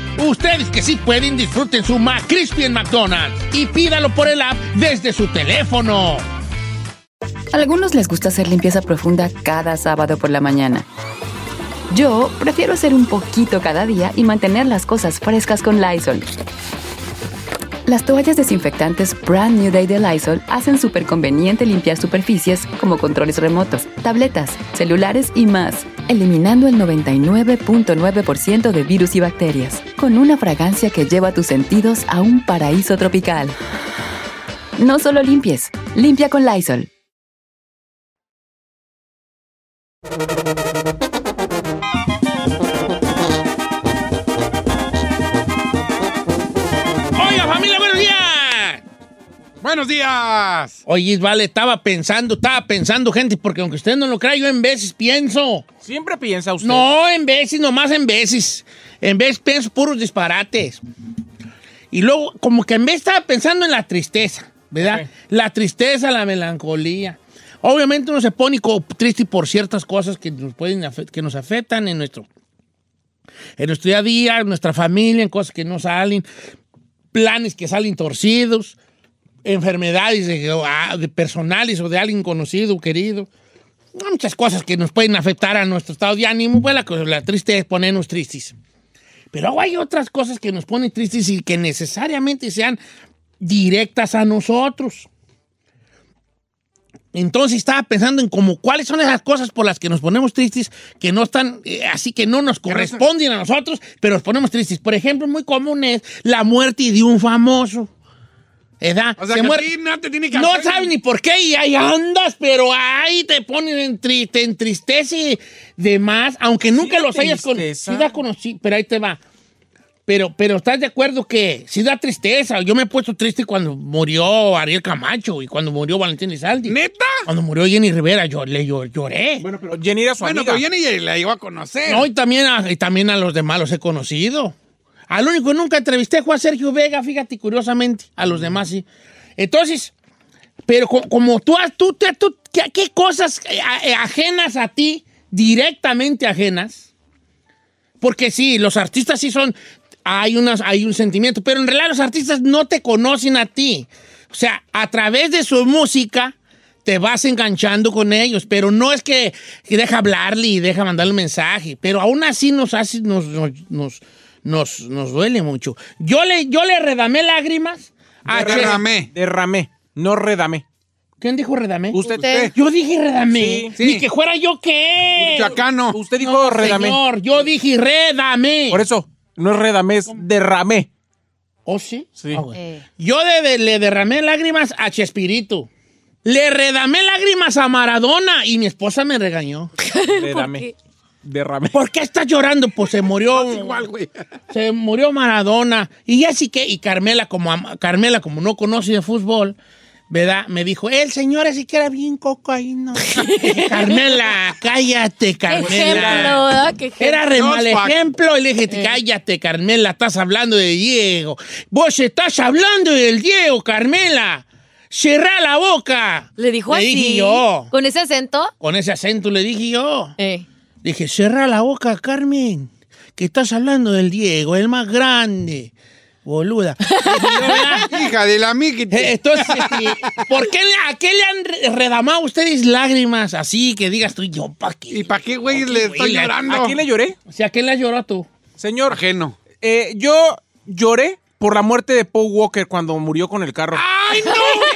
Speaker 2: Ustedes que sí pueden, disfruten su McCrispy en McDonald's y pídalo por el app desde su teléfono.
Speaker 10: Algunos les gusta hacer limpieza profunda cada sábado por la mañana. Yo prefiero hacer un poquito cada día y mantener las cosas frescas con Lysol. Las toallas desinfectantes Brand New Day de Lysol hacen súper conveniente limpiar superficies como controles remotos, tabletas, celulares y más, eliminando el 99.9% de virus y bacterias, con una fragancia que lleva tus sentidos a un paraíso tropical. No solo limpies, limpia con Lysol.
Speaker 2: ¡Oiga, familia, buenos días!
Speaker 1: Buenos días.
Speaker 2: Oye, vale, estaba pensando, estaba pensando, gente, porque aunque usted no lo crea, yo en veces pienso.
Speaker 5: Siempre piensa usted.
Speaker 2: No, en veces, nomás en veces. En veces pienso puros disparates. Y luego, como que en vez estaba pensando en la tristeza, ¿verdad?
Speaker 5: Ok.
Speaker 2: La tristeza, la melancolía. Obviamente uno se pone co- triste por ciertas cosas que nos, pueden afe- que nos afectan en nuestro, en nuestro día a día, en nuestra familia, en cosas que no salen, planes que salen torcidos, enfermedades de- o a- de personales o de alguien conocido, querido muchas cosas que nos pueden afectar a nuestro estado de ánimo, pues la, cosa- la triste es ponernos tristes. Pero luego hay otras cosas que nos ponen tristes y que necesariamente sean directas a nosotros. Entonces estaba pensando en como cuáles son esas cosas por las que nos ponemos tristes que no están, eh, así que no nos corresponden a nosotros, pero nos ponemos tristes. Por ejemplo, muy común es la muerte de un famoso. ¿Edad?
Speaker 1: O sea, que a ti no te tiene que
Speaker 2: No
Speaker 1: hacer-
Speaker 2: sabes ni por qué y ahí andas, pero ahí te ponen en tri- te entristece de más, aunque nunca los hayas conocido.
Speaker 5: tristeza.
Speaker 2: Sí da conocí, pero ahí te va. Pero, pero estás de acuerdo que sí da tristeza. Yo me he puesto triste cuando murió Ariel Camacho y cuando murió Valentín Izaldi.
Speaker 1: ¿Neta?
Speaker 2: Cuando murió Jenny Rivera, yo le llor- lloré.
Speaker 5: Bueno, pero Jenny era su
Speaker 1: Bueno,
Speaker 5: amiga.
Speaker 1: pero Jenny la iba a conocer.
Speaker 2: No, y también, a, y también a los demás los he conocido. Al único que nunca entrevisté fue a Sergio Vega, fíjate, curiosamente. A los demás sí. Entonces, pero co- como tú, has- tú, te- tú- ¿qué, qué cosas eh, a- eh, ajenas a ti, directamente ajenas? Porque sí, los artistas sí son, hay, unas, hay un sentimiento, pero en realidad los artistas no te conocen a ti. O sea, a través de su música te vas enganchando con ellos, pero no es que, que deja hablarle y deja mandarle un mensaje, pero aún así nos hace, nos, nos, nos, nos- nos duele mucho. Yo le, yo le redamé lágrimas
Speaker 1: Ah,
Speaker 2: a Chester-
Speaker 5: Eh,
Speaker 1: Derramé.
Speaker 5: Derramé, no redamé.
Speaker 2: ¿Quién dijo redamé?
Speaker 5: Usted,
Speaker 3: Usted.
Speaker 2: Yo dije redamé.
Speaker 5: Sí,
Speaker 1: sí.
Speaker 2: Ni que fuera yo qué.
Speaker 1: Chacano.
Speaker 5: usted dijo
Speaker 2: No,
Speaker 5: redamé.
Speaker 2: señor, yo dije redamé.
Speaker 5: Por eso, no es redamé, es
Speaker 2: [laughs]
Speaker 5: derramé.
Speaker 2: ¿Oh, sí?
Speaker 5: Sí.
Speaker 2: Ah, bueno.
Speaker 3: Eh.
Speaker 2: Yo de- de- le derramé lágrimas a Chespirito. Le redamé lágrimas a Maradona y mi esposa me regañó.
Speaker 5: Redamé. Derramé.
Speaker 2: ¿Por qué estás llorando? Pues se
Speaker 1: [laughs]
Speaker 2: murió.
Speaker 1: Igual, güey.
Speaker 2: Se murió Maradona. Y así que, y Carmela, como am- Carmela, como no conoce de fútbol, ¿verdad? Me dijo, el señor así que era bien
Speaker 1: [laughs]
Speaker 2: cocaína. Dije, Carmela, cállate,
Speaker 3: Ejemplo,
Speaker 2: Carmela.
Speaker 3: ¿verdad? Que ejemplo.
Speaker 2: Era re
Speaker 1: Dos
Speaker 2: mal
Speaker 1: pack.
Speaker 2: ejemplo. Y le dije,
Speaker 1: Eh.
Speaker 2: cállate, Carmela, estás hablando de Diego. Vos estás hablando del Diego, Carmela. Cerrá la boca.
Speaker 3: Le dijo así.
Speaker 2: dije yo.
Speaker 3: Con ese acento.
Speaker 2: Con ese acento le dije yo.
Speaker 3: Eh.
Speaker 2: Dije, cerra la boca, Carmen, que estás hablando del Diego, el más grande. Boluda. [laughs]
Speaker 1: Hija de la Miki.
Speaker 2: Eh, Entonces, este, ¿por qué, le- ¿a qué le han re- redamado ustedes lágrimas así que digas tú, yo pa' qué?
Speaker 1: ¿Y para qué, güey,
Speaker 2: Aquí,
Speaker 1: le
Speaker 2: güey,
Speaker 1: estoy
Speaker 2: la-
Speaker 1: llorando?
Speaker 5: ¿A quién le lloré?
Speaker 2: O sea, ¿a qué le lloró tú?
Speaker 5: Señor,
Speaker 1: Ajeno.
Speaker 5: eh, yo lloré por la muerte de Paul Walker cuando murió con el carro.
Speaker 2: ¡Ay, no! güey!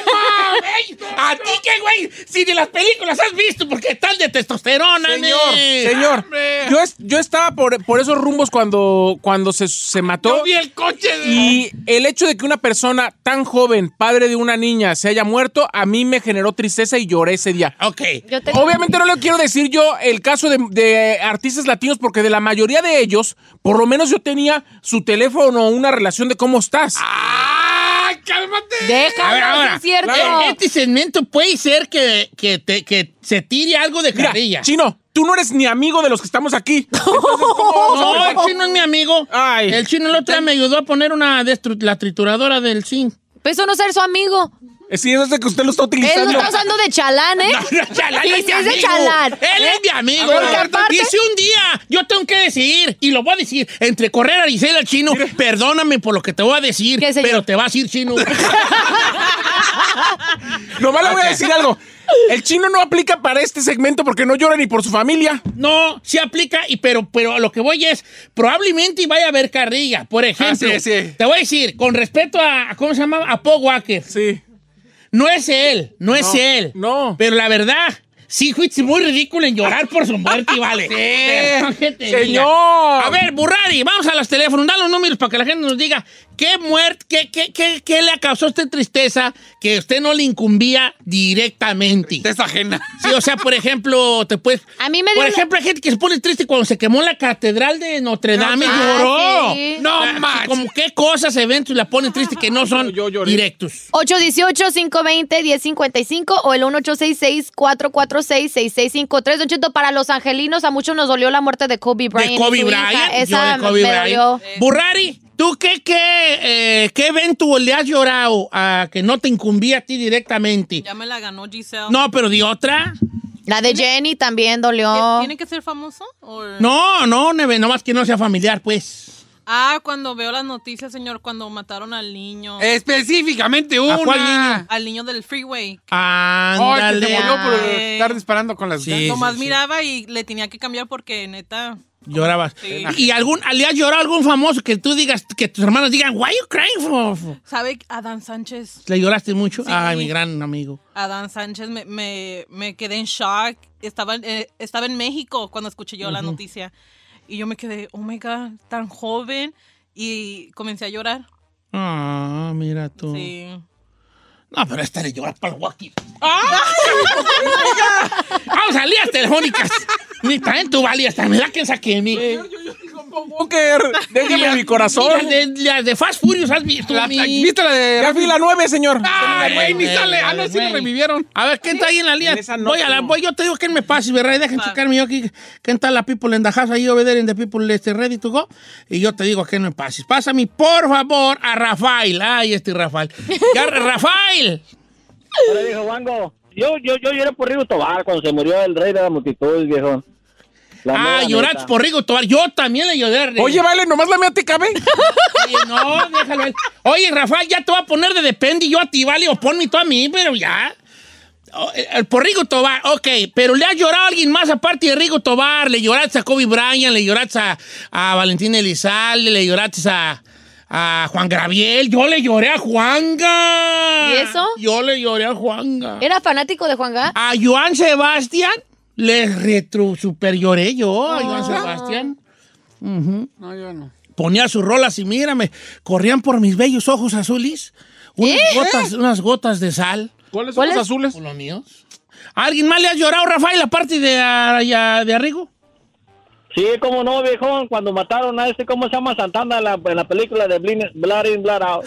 Speaker 2: ¿A ti qué, güey? Si de las películas has visto, porque están de testosterona,
Speaker 5: Señor,
Speaker 2: nene.
Speaker 5: señor,
Speaker 2: ¡Hombre!
Speaker 5: yo, es- yo estaba por, por esos rumbos cuando, cuando se, se mató.
Speaker 2: Yo vi el coche de...
Speaker 5: Y el hecho de que una persona tan joven, padre de una niña, se haya muerto, a mí me generó tristeza y lloré ese día.
Speaker 2: Ok.
Speaker 3: Yo te...
Speaker 5: Obviamente no le quiero decir yo el caso de, de artistas latinos porque de la mayoría de ellos, por lo menos yo tenía su teléfono o una relación de cómo estás.
Speaker 1: ¡Ay, cálmate!
Speaker 3: Déjalo,
Speaker 2: A ver, ahora,
Speaker 3: sí es cierto.
Speaker 2: claro, este segmento puede ser que, que, te- que se tire algo de
Speaker 5: Mira,
Speaker 2: carrilla.
Speaker 5: Chino, tú no eres ni amigo de los que estamos aquí. Entonces, ¿cómo vamos a
Speaker 2: No,
Speaker 5: pensar?
Speaker 2: el chino es mi amigo.
Speaker 5: Ay.
Speaker 2: El chino el otro día me ayudó a poner una destru- la trituradora del zinc.
Speaker 3: Pero eso no es ser su amigo.
Speaker 5: Eh, Sí, es de que usted lo está
Speaker 3: Él
Speaker 5: utilizando.
Speaker 3: lo está usando de chalán,
Speaker 2: [laughs]
Speaker 3: ¿eh?
Speaker 2: Chalán
Speaker 3: Sí,
Speaker 2: es mi
Speaker 3: sí, es de
Speaker 2: amigo.
Speaker 3: chalán. ¿Eh?
Speaker 2: Él es mi amigo.
Speaker 3: Porque aparte-
Speaker 2: Y si un día yo tengo que decidir, y lo voy a decir, entre correr a Gisela al chino, perdóname por lo que te voy a decir,
Speaker 3: ¿Qué, señor?
Speaker 2: pero te vas a
Speaker 3: [laughs]
Speaker 2: ir chino.
Speaker 5: Nomás le voy a decir algo. El chino no aplica para este segmento porque no llora ni por su familia.
Speaker 2: No, se aplica, y pero, pero a lo que voy es, probablemente vaya a haber carrilla. Por ejemplo,
Speaker 1: Ah, sí, sí.
Speaker 2: te voy a decir, con respecto a, ¿cómo se llama? A Paul Walker.
Speaker 5: Sí.
Speaker 2: No es él, no, es él.
Speaker 5: no.
Speaker 2: Pero la verdad, sí fuiste muy ridículo en llorar por su muerte, y vale. Perdón que te diga.
Speaker 5: señor.
Speaker 2: A ver, Burrari, vamos a los teléfonos, da los números para que la gente nos diga qué muerte, qué, qué, qué, qué le causó esta tristeza que usted no le incumbía directamente.
Speaker 1: Te es ajena.
Speaker 2: Sí, o sea, por ejemplo, te puedes.
Speaker 3: A mí me dio
Speaker 2: Por
Speaker 3: la-
Speaker 2: ejemplo, hay gente que se pone triste cuando se quemó la catedral de Notre Dame y
Speaker 3: Ah,
Speaker 2: lloró.
Speaker 3: sí.
Speaker 2: No
Speaker 1: Ah,
Speaker 2: más. Como qué cosas, eventos la ponen triste que no son
Speaker 5: Yo lloré.
Speaker 2: directos.
Speaker 3: 818-520-1055 o el 1866-446-6653. Don Cheto, para los angelinos a muchos nos dolió la muerte de Kobe Bryant.
Speaker 2: de
Speaker 3: y
Speaker 2: Kobe
Speaker 3: su hija.
Speaker 2: Bryant.
Speaker 3: Esa
Speaker 2: yo de
Speaker 3: me
Speaker 2: Kobe Bryant.
Speaker 3: dolió.
Speaker 2: Burrari, ¿tú qué, qué, eh, qué evento le has llorado a que no te incumbía a ti directamente?
Speaker 11: Ya me la ganó Giselle.
Speaker 2: No, pero de otra.
Speaker 3: La de Jenny también
Speaker 11: ¿Ti-
Speaker 3: dolió.
Speaker 11: ¿Tiene que ser famoso? o-
Speaker 2: No, no, neve, nomás que no sea familiar, pues.
Speaker 11: Ah, cuando veo las noticias, señor, cuando mataron al niño.
Speaker 1: [laughs]
Speaker 5: Eh.
Speaker 1: Específicamente una.
Speaker 11: ¿A cuál niño? Al niño del freeway.
Speaker 1: Ah, que se murió por
Speaker 11: Ay.
Speaker 1: estar disparando con las
Speaker 2: Sí,
Speaker 11: Nomás
Speaker 2: sí,
Speaker 11: miraba y le tenía que cambiar porque, neta.
Speaker 2: Llorabas.
Speaker 11: Sí.
Speaker 2: ¿Y algún, le has llorado a algún famoso que tú digas, que tus hermanos digan, why you crying for? for-"?
Speaker 11: ¿Sabe? Adán Sánchez.
Speaker 2: ¿Le lloraste mucho?
Speaker 11: Sí.
Speaker 2: Ay, mi gran amigo.
Speaker 11: Adán Sánchez, me, me, me quedé en shock. Estaba, en- eh, estaba en México cuando escuché yo la
Speaker 2: Ujú.
Speaker 11: noticia. Y yo me quedé, oh my God, tan joven. Y comencé a llorar.
Speaker 2: Ah, mira tú.
Speaker 11: Sí.
Speaker 2: No, pero esta le llora para el walkie. Vamos a lías telefónicas. Ni tan tú valías, tan me da que saqué de mí.
Speaker 5: Walker, déjeme
Speaker 2: Y las-
Speaker 5: mi corazón.
Speaker 2: y Las de, las de Fast Furious has visto.
Speaker 5: La-
Speaker 2: mi-
Speaker 5: la- ¿Viste la de
Speaker 2: Ya
Speaker 5: Rafi la 9, señor?
Speaker 2: Ay, güey, ni sale. Ah, no, sí lo revivieron. A ver, ¿quién está ahí en la línea?
Speaker 5: esa no,
Speaker 2: voy a la,
Speaker 5: no.
Speaker 2: voy, yo te digo quién me pasa, ¿verdad? Dejen checarme yo aquí. ¿Quién está la people en the house? Ahí over there in the people este, ready to go. Y yo te digo a quién me pases. Pásame, por favor, a Rafael. Ay, este Rafael. Ya, [laughs] Rafael.
Speaker 7: Ahora dijo Wango, yo, yo, yo lloré por Rigo Tobar cuando se murió el rey de la multitud, viejo. La
Speaker 2: Ah,
Speaker 7: mera
Speaker 2: lloraste
Speaker 7: neta.
Speaker 2: por Rigo Tobar. Yo también le lloré.
Speaker 5: Oye, vale, nomás la mía te
Speaker 1: [laughs]
Speaker 5: cabe.
Speaker 2: Oye, no, déjalo. a él. Oye, Rafael, ya te voy a poner de depende y yo a ti, vale, o ponme tú a mí, pero ya. O- El por Rigo Tobar, ok, pero le ha llorado a alguien más aparte de Rigo Tobar. Le lloraste a Kobe Bryant, le lloraste a, a Valentín Elizalde, le lloraste a, a Juan Graviel. Yo le lloré a Juanga.
Speaker 3: ¿Y eso?
Speaker 2: Yo le lloré a Juanga.
Speaker 3: ¿Era fanático de Juan Gá?
Speaker 2: A Joan Sebastián le retro super lloré yo
Speaker 3: Ah.
Speaker 2: a Joan Sebastián. Ujú.
Speaker 1: No, yo no.
Speaker 2: Ponía sus rolas y mírame, corrían por mis bellos ojos azules unas,
Speaker 1: ¿Eh?
Speaker 2: gotas, unas gotas de sal.
Speaker 5: ¿Cuáles
Speaker 2: son los azules? Los míos. ¿A ¿Alguien más le ha llorado, Rafael, aparte de, a- y a- de Arrigo?
Speaker 7: Sí, cómo no, viejón, cuando mataron a este, ¿cómo se llama Santana en la, en la película de Blin- Blood In,
Speaker 2: [laughs]
Speaker 7: Blood Out?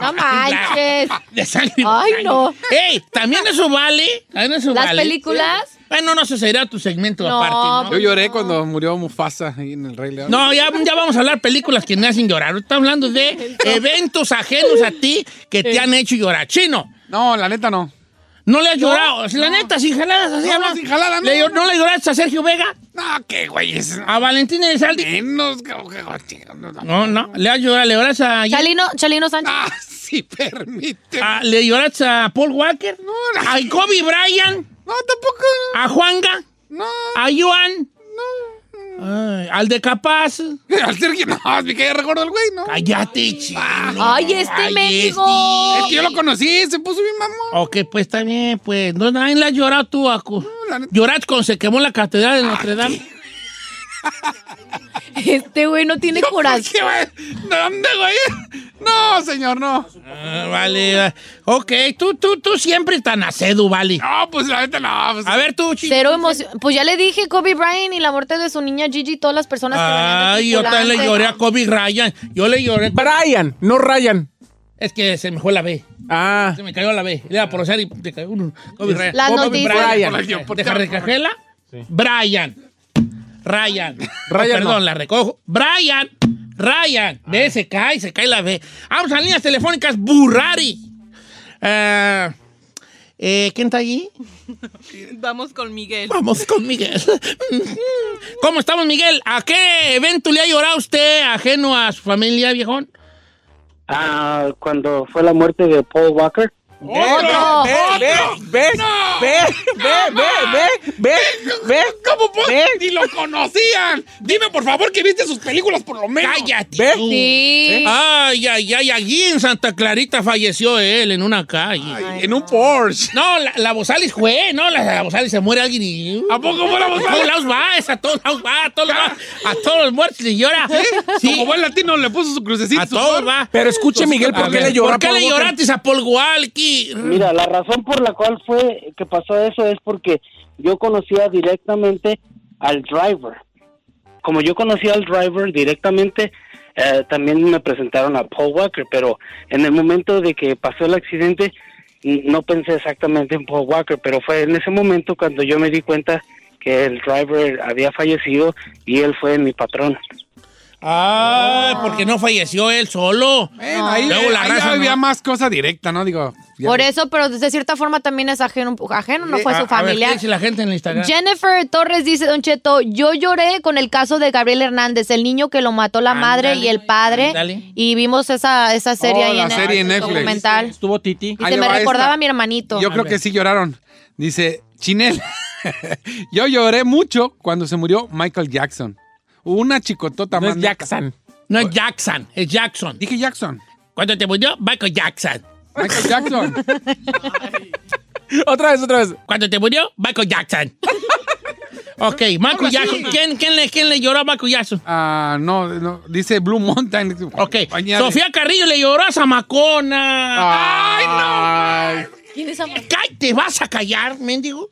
Speaker 3: No manches.
Speaker 2: De sangre. y
Speaker 3: Ay,
Speaker 2: botán.
Speaker 3: no.
Speaker 2: ¡Ey! También eso vale. También eso
Speaker 3: ¿Las
Speaker 2: vale.
Speaker 3: películas?
Speaker 2: Bueno, no sé, sería tu segmento
Speaker 3: No,
Speaker 2: aparte. ¿no?
Speaker 1: Yo lloré cuando murió Mufasa ahí en el Rey León.
Speaker 2: No, ya, ya vamos a hablar películas que me hacen llorar. Estamos hablando
Speaker 1: [laughs]
Speaker 2: de eventos ajenos a ti que
Speaker 1: Eh.
Speaker 2: te han hecho llorar. Chino.
Speaker 1: No, la neta no.
Speaker 2: No le has llorado. La neta, sin jaladas, así
Speaker 1: No, no,
Speaker 2: hablas.
Speaker 1: sin jalada, no,
Speaker 2: Le llor-
Speaker 1: no.
Speaker 2: ¿No le lloraste a Sergio Vega?
Speaker 1: No, qué güey. es-
Speaker 2: A Valentín Elizalde.
Speaker 1: Menos, cabrón, que- chinga, no, no.
Speaker 2: No, no. Le has llorado, le lloraste a.
Speaker 3: Chalino, Chalino Sánchez.
Speaker 1: [laughs] Ah, si permite.
Speaker 2: a- le lloraste a Paul Walker. No, A Kobe Bryant.
Speaker 1: No, tampoco.
Speaker 2: A Juanga.
Speaker 1: No.
Speaker 2: A Joan. Ay, al de Capaz.
Speaker 1: Al Sergio, no, me cae recuerdo el güey, ¿no?
Speaker 2: Cállate, chino.
Speaker 3: Ay, este mendigo.
Speaker 1: Es que yo lo conocí, se puso bien mamón.
Speaker 2: Ok, pues está bien, pues. No, nadie le has llorado tú, Acu.
Speaker 1: la neta.
Speaker 2: Lloraste cuando se quemó la catedral de Notre Dame.
Speaker 3: [laughs] Este güey no tiene
Speaker 1: ¿Qué,
Speaker 3: corazón.
Speaker 1: güey? [laughs] ¿Dónde, güey? No, señor, no.
Speaker 2: Ah, vale, va. ok, tú, tú, tú siempre tan acedo, vale.
Speaker 1: No, pues la neta no. pues-
Speaker 2: A ver, tú, chino.
Speaker 3: Cero emoción. Pues ya le dije Kobe Bryant y la muerte de su niña Gigi, todas las personas que venían de
Speaker 2: Ay, yo también le
Speaker 3: circulante.
Speaker 2: lloré a Kobe Ryan. Yo le lloré.
Speaker 5: Brian, no Ryan.
Speaker 2: Es que se me fue la B.
Speaker 5: Ah.
Speaker 2: Se me cayó la B. Le iba a procesar y te cayó uno. Kobe Ryan.
Speaker 3: Las
Speaker 2: Kobe
Speaker 3: noticias.
Speaker 2: Bryant.
Speaker 1: Por la- por-
Speaker 2: Deja recogerla. Brian. Ryan. Oh,
Speaker 5: Ryan
Speaker 2: Perdón,
Speaker 5: no.
Speaker 2: la recojo. Brian. Ryan. Ve, se cae, se cae la B. Vamos a líneas telefónicas. Burrari. Eh, eh, ¿Quién está allí?
Speaker 11: Vamos con Miguel.
Speaker 2: Vamos con Miguel. ¿Cómo estamos, Miguel? ¿A qué evento le ha llorado usted ajeno a su familia, viejón?
Speaker 7: Ah, cuando fue la muerte de Paul Walker.
Speaker 5: Ve, ve, ve, ve, ve, ve, ve, ve, ve,
Speaker 1: ¿Cómo pues?
Speaker 5: ¿Eh?
Speaker 1: Ni lo conocían. Dime, por favor, que viste sus películas por lo menos.
Speaker 2: ¡Cállate!
Speaker 5: ¿Ve?
Speaker 2: tú.
Speaker 3: Sí.
Speaker 2: Ay, ay, ay, allí en Santa Clarita falleció él en una calle.
Speaker 1: Ay, en un Porsche. [laughs]
Speaker 2: No, la, la Bosalis fue, no, la, la Bosalis se muere alguien y... uh,
Speaker 1: ¿A poco fue la
Speaker 2: A todos
Speaker 1: voz?
Speaker 2: lados va, es a todos lados va, a todos lados va, a todos los muertos le llora. Sí,
Speaker 1: Como buen latino le puso su crucecito.
Speaker 2: a
Speaker 1: su
Speaker 2: todos
Speaker 1: flor.
Speaker 2: va.
Speaker 5: Pero escuche, Miguel,
Speaker 2: A
Speaker 5: ¿por qué
Speaker 2: ver,
Speaker 5: le lloró?
Speaker 2: ¿Por qué le lloraste a Paul Walker?
Speaker 7: Mira, la razón por la cual fue que pasó eso es porque yo conocía directamente al driver. Como yo conocía al driver directamente, eh, también me presentaron a Paul Walker, pero en el momento de que pasó el accidente, n- no pensé exactamente en Paul Walker, pero fue en ese momento cuando yo me di cuenta que el driver había fallecido y él fue mi patrón.
Speaker 2: Ay, porque no falleció él solo.
Speaker 1: Bueno, ahí, ahí había más cosa directa, ¿no? Digo. ya- Eh,
Speaker 3: Por eso, pero de cierta forma también es ajeno, ajeno no fue su
Speaker 2: A- a ver, ¿qué
Speaker 3: familia.
Speaker 2: dice la gente en el Instagram?
Speaker 3: Jennifer Torres dice, Don Cheto, yo lloré con el caso de Gabriel Hernández, el niño que lo mató la madre y el padre.
Speaker 2: ándale.
Speaker 3: Y vimos esa, esa serie
Speaker 1: Oh,
Speaker 3: ahí
Speaker 1: la
Speaker 3: en, el-
Speaker 1: serie en
Speaker 3: el
Speaker 1: Netflix.
Speaker 3: documental.
Speaker 5: Estuvo Titi.
Speaker 3: Y
Speaker 1: Ahí
Speaker 3: se me
Speaker 1: va esta.
Speaker 3: recordaba a mi hermanito.
Speaker 1: Yo creo que sí lloraron. Dice, Chinel, [laughs] yo lloré mucho cuando se murió Michael Jackson. Una chicotota
Speaker 2: No es
Speaker 1: Jackson.
Speaker 2: No es Jackson, es Jackson.
Speaker 1: Dije Jackson.
Speaker 2: Cuando te murió Michael Jackson.
Speaker 1: Michael [laughs] Jackson.
Speaker 5: otra vez, otra vez.
Speaker 2: Cuando te murió Michael [laughs] Jackson. ok, Michael Jackson. ¿Quién, quién le, ¿Quién le lloró a Michael Jackson?
Speaker 1: Ah, no, no, dice Blue Mountain. Ok,
Speaker 2: Sofía Carrillo le lloró a Zamacona. ¡Ay,
Speaker 1: no!
Speaker 3: ¿Quién es Zamacona?
Speaker 2: Ay, ¿Te vas a callar, mendigo?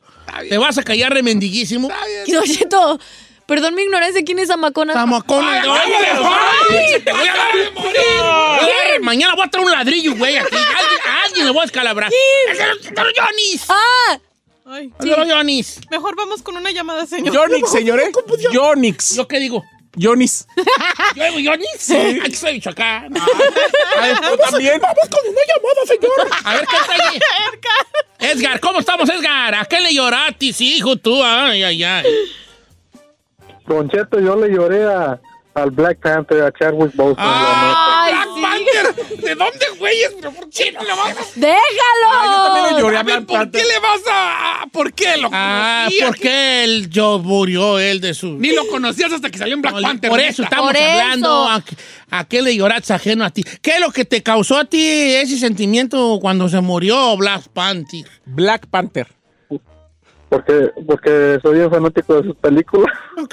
Speaker 2: ¿Te vas a callar, remendiguísimo?
Speaker 3: [laughs] Don Cheto, perdón mi ignorancia, ¿quién es Zamacona?
Speaker 2: Zamacona. ¡Ay, ay, te voy a dar de morir! Voy a dar- Mañana voy a traer un ladrillo, güey, aquí. Alguien, a alguien le voy a descalabrar. ¡Es el doctor Johnny's!
Speaker 3: ¡Ah!
Speaker 11: Ay,
Speaker 2: sí. Johnny's.
Speaker 11: Mejor vamos con una llamada, señor.
Speaker 5: Jonix, señores. Jonix.
Speaker 2: ¿Yo qué digo?
Speaker 5: Jonis.
Speaker 2: [laughs] ¿Yo digo Johnny's?
Speaker 5: Sí.
Speaker 2: Aquí soy de Michoacán. [laughs]
Speaker 5: yo también.
Speaker 2: Vamos con una llamada, señor. [laughs] A ver qué está ahí. Edgar, ¿cómo estamos, Edgar? ¿A qué le lloraste, hijo, tú? Ay, ay, ay.
Speaker 7: Don Cheto, yo le lloré a, al Black Panther, a Chadwick Boseman.
Speaker 3: ¡Ay,
Speaker 1: Panther! ¿De dónde, güey? es? ¿Por qué no le vas a...
Speaker 3: ¡Déjalo!
Speaker 1: A ver, ¿Por qué le vas a...? a- ¿Por qué lo
Speaker 2: Ah,
Speaker 1: conocías?
Speaker 2: ¿por qué él yo murió él de su...
Speaker 1: Ni lo conocías hasta que salió en Black
Speaker 2: Por
Speaker 1: Panther.
Speaker 2: por
Speaker 1: neta.
Speaker 2: eso estamos
Speaker 3: Por eso.
Speaker 2: hablando. ¿A, a qué le lloraste ajeno a ti? ¿Qué es lo que te causó a ti ese sentimiento cuando se murió Black Panther?
Speaker 5: Black Panther.
Speaker 7: Porque, porque soy un fanático de sus películas.
Speaker 1: [laughs]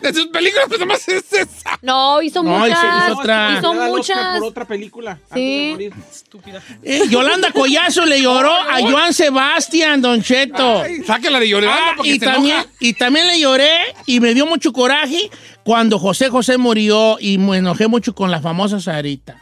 Speaker 1: De sus películas, pues nomás es esa.
Speaker 3: No, hizo
Speaker 2: No, hizo-
Speaker 3: muchas.
Speaker 2: hizo otra.
Speaker 3: Hizo
Speaker 5: Nada, Oscar,
Speaker 3: muchas.
Speaker 5: Por otra película.
Speaker 3: Sí.
Speaker 5: Antes de morir. Estúpida.
Speaker 2: Eh, Yolanda Collazo le lloró a Joan Sebastián, Don Cheto.
Speaker 1: Ay, Sáquela de llorar
Speaker 2: Ah,
Speaker 1: porque
Speaker 2: y,
Speaker 1: se
Speaker 2: también,
Speaker 1: enoja.
Speaker 2: y también le lloré y me dio mucho coraje cuando José José murió y me enojé mucho con la famosa Sarita.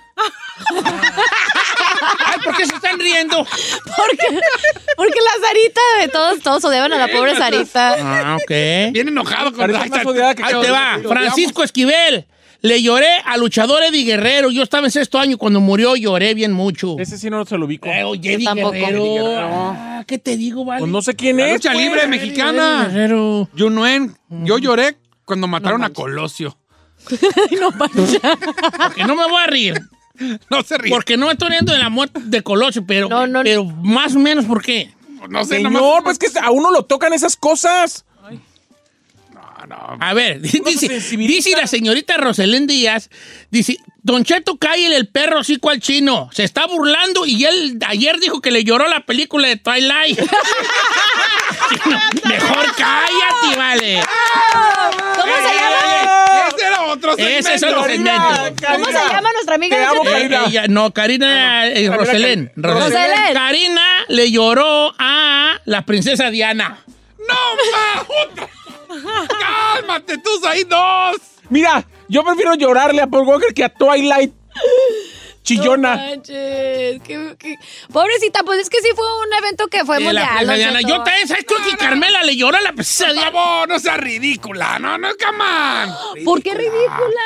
Speaker 2: Ay, ¿por qué se están riendo?
Speaker 3: Porque, [laughs] porque la Sarita de todos, todos odiaban a la pobre Sarita.
Speaker 2: Ah, ok.
Speaker 1: Bien enojado con...
Speaker 5: Ahorita
Speaker 1: Ay,
Speaker 5: más
Speaker 1: está-
Speaker 5: odiada que
Speaker 2: Ahí te va.
Speaker 5: Lo
Speaker 2: Francisco Esquivel. Le lloré a luchador Eddie Guerrero. Yo estaba en sexto año. Cuando murió, lloré bien mucho.
Speaker 5: Ese sí no se lo ubico.
Speaker 2: Eh, oye, Eddie
Speaker 3: tampoco.
Speaker 2: Guerrero.
Speaker 3: Eddie
Speaker 2: Ah, ¿Qué te digo, vale?
Speaker 5: Pues no sé quién
Speaker 1: La
Speaker 5: es.
Speaker 1: lucha
Speaker 5: pues.
Speaker 1: libre mexicana.
Speaker 2: Eddie Guerrero.
Speaker 1: Yunuen, yo lloré cuando mataron a Colosio. [laughs]
Speaker 2: Porque no me voy a reír.
Speaker 1: No se ríe.
Speaker 2: Porque no me estoy riendo de la muerte de Colosio, pero,
Speaker 3: No, no, no.
Speaker 2: pero más o menos, ¿por qué?
Speaker 1: No sé,
Speaker 5: Señor,
Speaker 1: nomás-
Speaker 5: pues que a uno lo tocan esas cosas.
Speaker 2: A ver, [laughs] dice,
Speaker 5: sensibiliza.
Speaker 2: dice la señorita Roselén Díaz, dice, Don Cheto cállele el perro así cual chino, se está burlando y él ayer dijo que le lloró la película de Twilight. [laughs] Chino, mejor cállate, vale.
Speaker 3: ¿Cómo
Speaker 2: Eh,
Speaker 3: se llama?
Speaker 1: Ese era otro
Speaker 2: Ese es
Speaker 1: segmento.
Speaker 2: otro segmento.
Speaker 3: ¿Cómo se llama nuestra amiga?
Speaker 5: Te amo,
Speaker 3: Don Cheto?
Speaker 2: Eh,
Speaker 5: Karina.
Speaker 2: ella- no, Karina eh, Roselén.
Speaker 5: Karina.
Speaker 3: Roselén.
Speaker 2: Karina le lloró a la princesa Diana.
Speaker 1: ¡No, ma! otra. ¡Cálmate, tú ahí dos!
Speaker 5: Mira, yo prefiero llorarle a Paul Walker que a Twilight.
Speaker 3: No
Speaker 5: Chillona.
Speaker 3: manches, qué- qué- Pobrecita, pues es que sí fue un evento que fue
Speaker 2: Eh, la
Speaker 3: mundial.
Speaker 2: princesa
Speaker 3: Don
Speaker 2: Diana.
Speaker 3: Cheto.
Speaker 2: Yo también, ¿sabes? Creo que Carmela le lloró a la princesa
Speaker 1: Por
Speaker 2: Diana.
Speaker 1: favor, no seas ridícula. No, no, come on.
Speaker 3: ¿Por qué ridícula?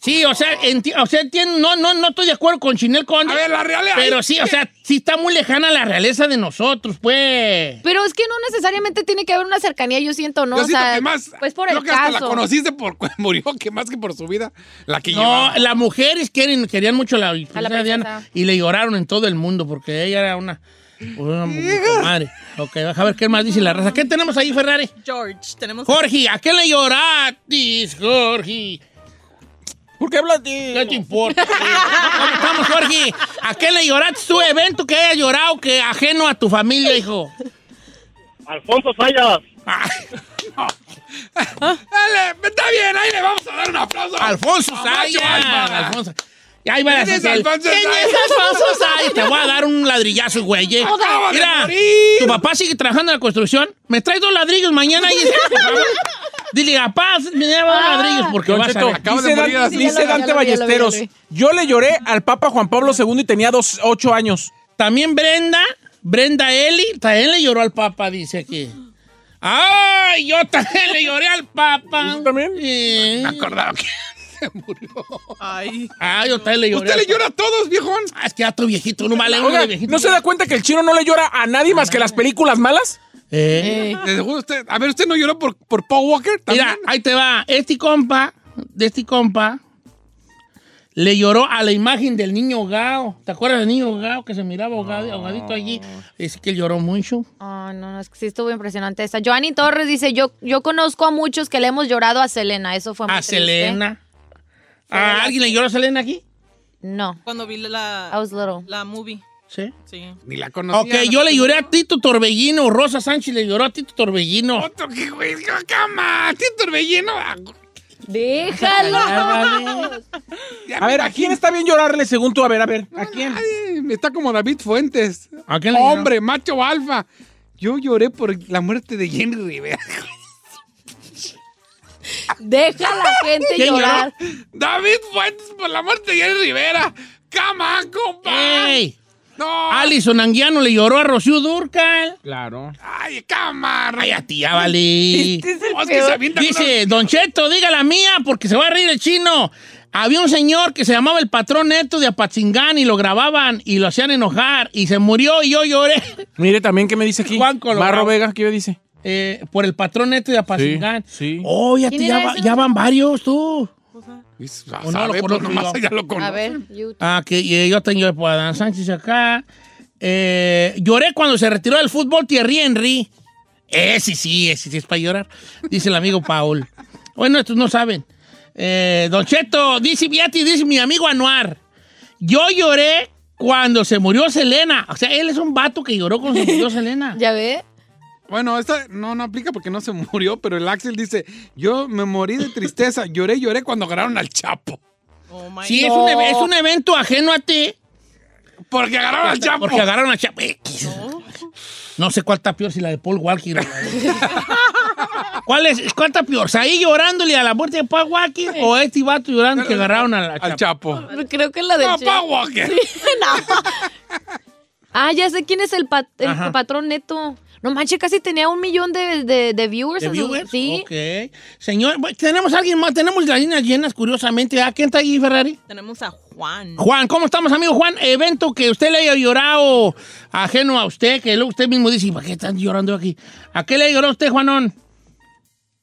Speaker 2: Sí, o sea, enti- o sea entiendo, no, no, no estoy de acuerdo con Chinel Conde.
Speaker 1: A ver, la realidad.
Speaker 2: Pero sí, o sea, sí está muy lejana la realeza de nosotros, pues.
Speaker 3: Pero es que no necesariamente tiene que haber una cercanía, yo siento, ¿no?
Speaker 1: Yo
Speaker 3: o
Speaker 1: siento
Speaker 3: sea,
Speaker 1: que más.
Speaker 3: pues por
Speaker 1: creo
Speaker 3: el
Speaker 1: que hasta la
Speaker 3: caso.
Speaker 1: conociste por cu- [laughs] murió, que más que por su vida. La que
Speaker 2: No,
Speaker 1: llevaba.
Speaker 2: las mujeres quieren, querían mucho a la, princesa
Speaker 3: princesa.
Speaker 2: Diana y le lloraron en todo el mundo porque ella era una, una mujer madre. Ok, a ver qué más dice la raza. ¿Qué tenemos ahí, Ferrari?
Speaker 11: George, tenemos.
Speaker 2: Jorge, ¿a qué le lloraste, Jorge?
Speaker 5: ¿Por qué hablas
Speaker 2: ¿Qué te
Speaker 5: de
Speaker 2: importa? ¿Cómo estamos, Jorge? ¿A qué le lloraste tu evento que haya llorado que ajeno a tu familia, hijo?
Speaker 6: Alfonso Sayas.
Speaker 1: Dale, está bien, ahí le vamos a dar un aplauso.
Speaker 2: Alfonso
Speaker 1: A
Speaker 2: Sayas.
Speaker 1: Macho Alba.
Speaker 2: Alfonso. Y ahí va a
Speaker 1: ¿Quién es
Speaker 2: decir,
Speaker 1: Alfonso
Speaker 2: ¿Quién
Speaker 1: Sayas?
Speaker 2: es Alfonso Sayas? Te voy a dar un ladrillazo, güey. eh.
Speaker 1: Acaba de
Speaker 2: Mira,
Speaker 1: morir.
Speaker 2: tu papá sigue trabajando en la construcción. Me traes dos ladrillos mañana y Dile, papá, me lleva dos ladrillos porque
Speaker 5: Don
Speaker 2: vas a
Speaker 5: Cheto,
Speaker 2: ver.
Speaker 1: acaba de
Speaker 5: dice,
Speaker 1: morir
Speaker 5: Dan-
Speaker 1: así.
Speaker 5: dice
Speaker 3: Sí, ya lo vi,
Speaker 5: Dante
Speaker 3: ya lo vi, ya lo vi, ya lo
Speaker 5: Ballesteros.
Speaker 3: vi.
Speaker 5: Yo le lloré al Papa Juan Pablo II y tenía dos, ocho años.
Speaker 2: También Brenda, Brenda Eli, también le lloró al papá, dice aquí. ¡Ay! Yo también le lloré al papá. ¿Tú también? Me acordaba que se murió. Ay. Ay, yo también le lloré.
Speaker 1: ¿Usted le llora a todos, viejón?
Speaker 2: Ah, es que ya tu viejito, no me alegro
Speaker 5: Oiga,
Speaker 2: de viejito.
Speaker 5: ¿no se da cuenta que el chino no le llora a nadie más que las películas malas?
Speaker 2: Eh.
Speaker 1: De seguro usted- a ver, ¿usted no lloró por, por Paul Walker? ¿También?
Speaker 2: Mira, ahí te va. Este compa, de este compa, le lloró a la imagen del niño Gao. ¿Te acuerdas del niño Gao que se miraba ahogado- ahogadito allí? Es que lloró mucho.
Speaker 3: Ah, no, no, es que sí estuvo impresionante esta. Joanny Torres dice, yo, yo conozco a muchos que le hemos llorado a Selena, eso fue muy
Speaker 2: A
Speaker 3: triste.
Speaker 2: Selena. ¿A alguien le lloró a Selena aquí?
Speaker 3: No.
Speaker 11: Cuando vi la, la movie.
Speaker 2: Sí.
Speaker 11: Sí.
Speaker 1: Ni la
Speaker 2: Ok, yo le lloré a Tito Torbellino. Rosa Sánchez le lloró a Tito Torbellino.
Speaker 1: Otro que güey, qué cama, Tito Torbellino. ah,
Speaker 3: [laughs] Déjalo.
Speaker 5: A ver, ¿a quién está bien llorarle según tú? A ver, a ver. ¿A quién?
Speaker 1: Ay, está como David Fuentes.
Speaker 2: ¿A quién le lloró?
Speaker 1: Hombre, macho alfa. Yo lloré por la muerte de Jenny
Speaker 2: [laughs]
Speaker 1: Rivera.
Speaker 3: Deja a la gente
Speaker 1: ¿Quién
Speaker 3: llorar.
Speaker 1: David Fuentes por la muerte de Jenny Rivera. Cama, compa.
Speaker 2: ¡Ey!
Speaker 1: No.
Speaker 2: Alison Anguiano le lloró a Rocío Durcal.
Speaker 5: Claro.
Speaker 1: Ay, cámara.
Speaker 2: Ay, a ti, ya vale.
Speaker 5: Este
Speaker 1: Oh, es que se avientan
Speaker 2: Dice, Don Cheto, diga la mía, porque se va a reír el chino. Había un señor que se llamaba el patrón neto de Apatzingán y lo grababan y lo hacían enojar y se murió y yo lloré
Speaker 5: [laughs] Mire también qué me dice aquí.
Speaker 2: Juan Colorado.
Speaker 5: Marro Vega, ¿qué me dice?
Speaker 2: eh, por el patrón neto de Apatzingán.
Speaker 5: Sí, sí.
Speaker 2: Oh, ya,
Speaker 3: ¿Quién
Speaker 2: ya,
Speaker 3: era
Speaker 2: va-
Speaker 3: ese?
Speaker 2: ya van varios tú.
Speaker 1: unas- Ya
Speaker 2: O no
Speaker 1: sabe,
Speaker 2: lo
Speaker 1: pues,
Speaker 2: conozco
Speaker 1: nomás
Speaker 2: yo.
Speaker 1: ella lo conoce.
Speaker 3: A ver, YouTube.
Speaker 2: Ah, que y yo tengo a Adán Sánchez acá. Eh, lloré cuando se retiró del fútbol Thierry Henry. Ese sí, ese sí es para llorar, dice el amigo Paul. Bueno, estos no saben. Eh, Don Cheto, dice Viati, dice mi amigo Anuar. Yo lloré cuando se murió Selena. O sea, él es un vato que lloró cuando se murió Selena.
Speaker 3: ¿Ya ve?
Speaker 1: Bueno, esta no, no aplica porque no se [laughs] murió, pero el Axel dice, yo me morí de tristeza, lloré, lloré cuando agarraron al Chapo.
Speaker 11: Oh my
Speaker 2: Sí, es
Speaker 11: God.
Speaker 2: un, eve- es un evento ajeno a ti.
Speaker 1: Porque agarraron al Chapo.
Speaker 2: Porque agarraron a Chapo. Eh, No sé cuál está peor, si la de Paul Walker. o la de- ¿Cuál, es, ¿Cuál está peor? ¿Saí llorándole a la muerte de Paul Walker o este vato llorando que agarraron a la
Speaker 1: al
Speaker 2: Chapo?
Speaker 1: Chapo.
Speaker 3: Pues Creo que la de
Speaker 1: No,
Speaker 3: [laughs]
Speaker 1: Pa Walker.
Speaker 3: Ah, ya sé quién es el, pat- el
Speaker 2: Ajá.
Speaker 3: patrón neto. No manches, casi tenía un millón de, de- de viewers.
Speaker 2: ¿De
Speaker 3: en su-
Speaker 2: viewers?
Speaker 3: Sí.
Speaker 2: Ok. Señor, bueno, tenemos a alguien más. Tenemos las líneas llenas, curiosamente. ¿Ah, ¿Quién está ahí, Ferrari?
Speaker 11: Tenemos a Juan.
Speaker 2: Juan, ¿cómo estamos, amigo Juan? Evento que usted le haya llorado ajeno a usted, que luego usted mismo dice, ¿para qué están llorando aquí? ¿A qué le lloró usted, Juanón?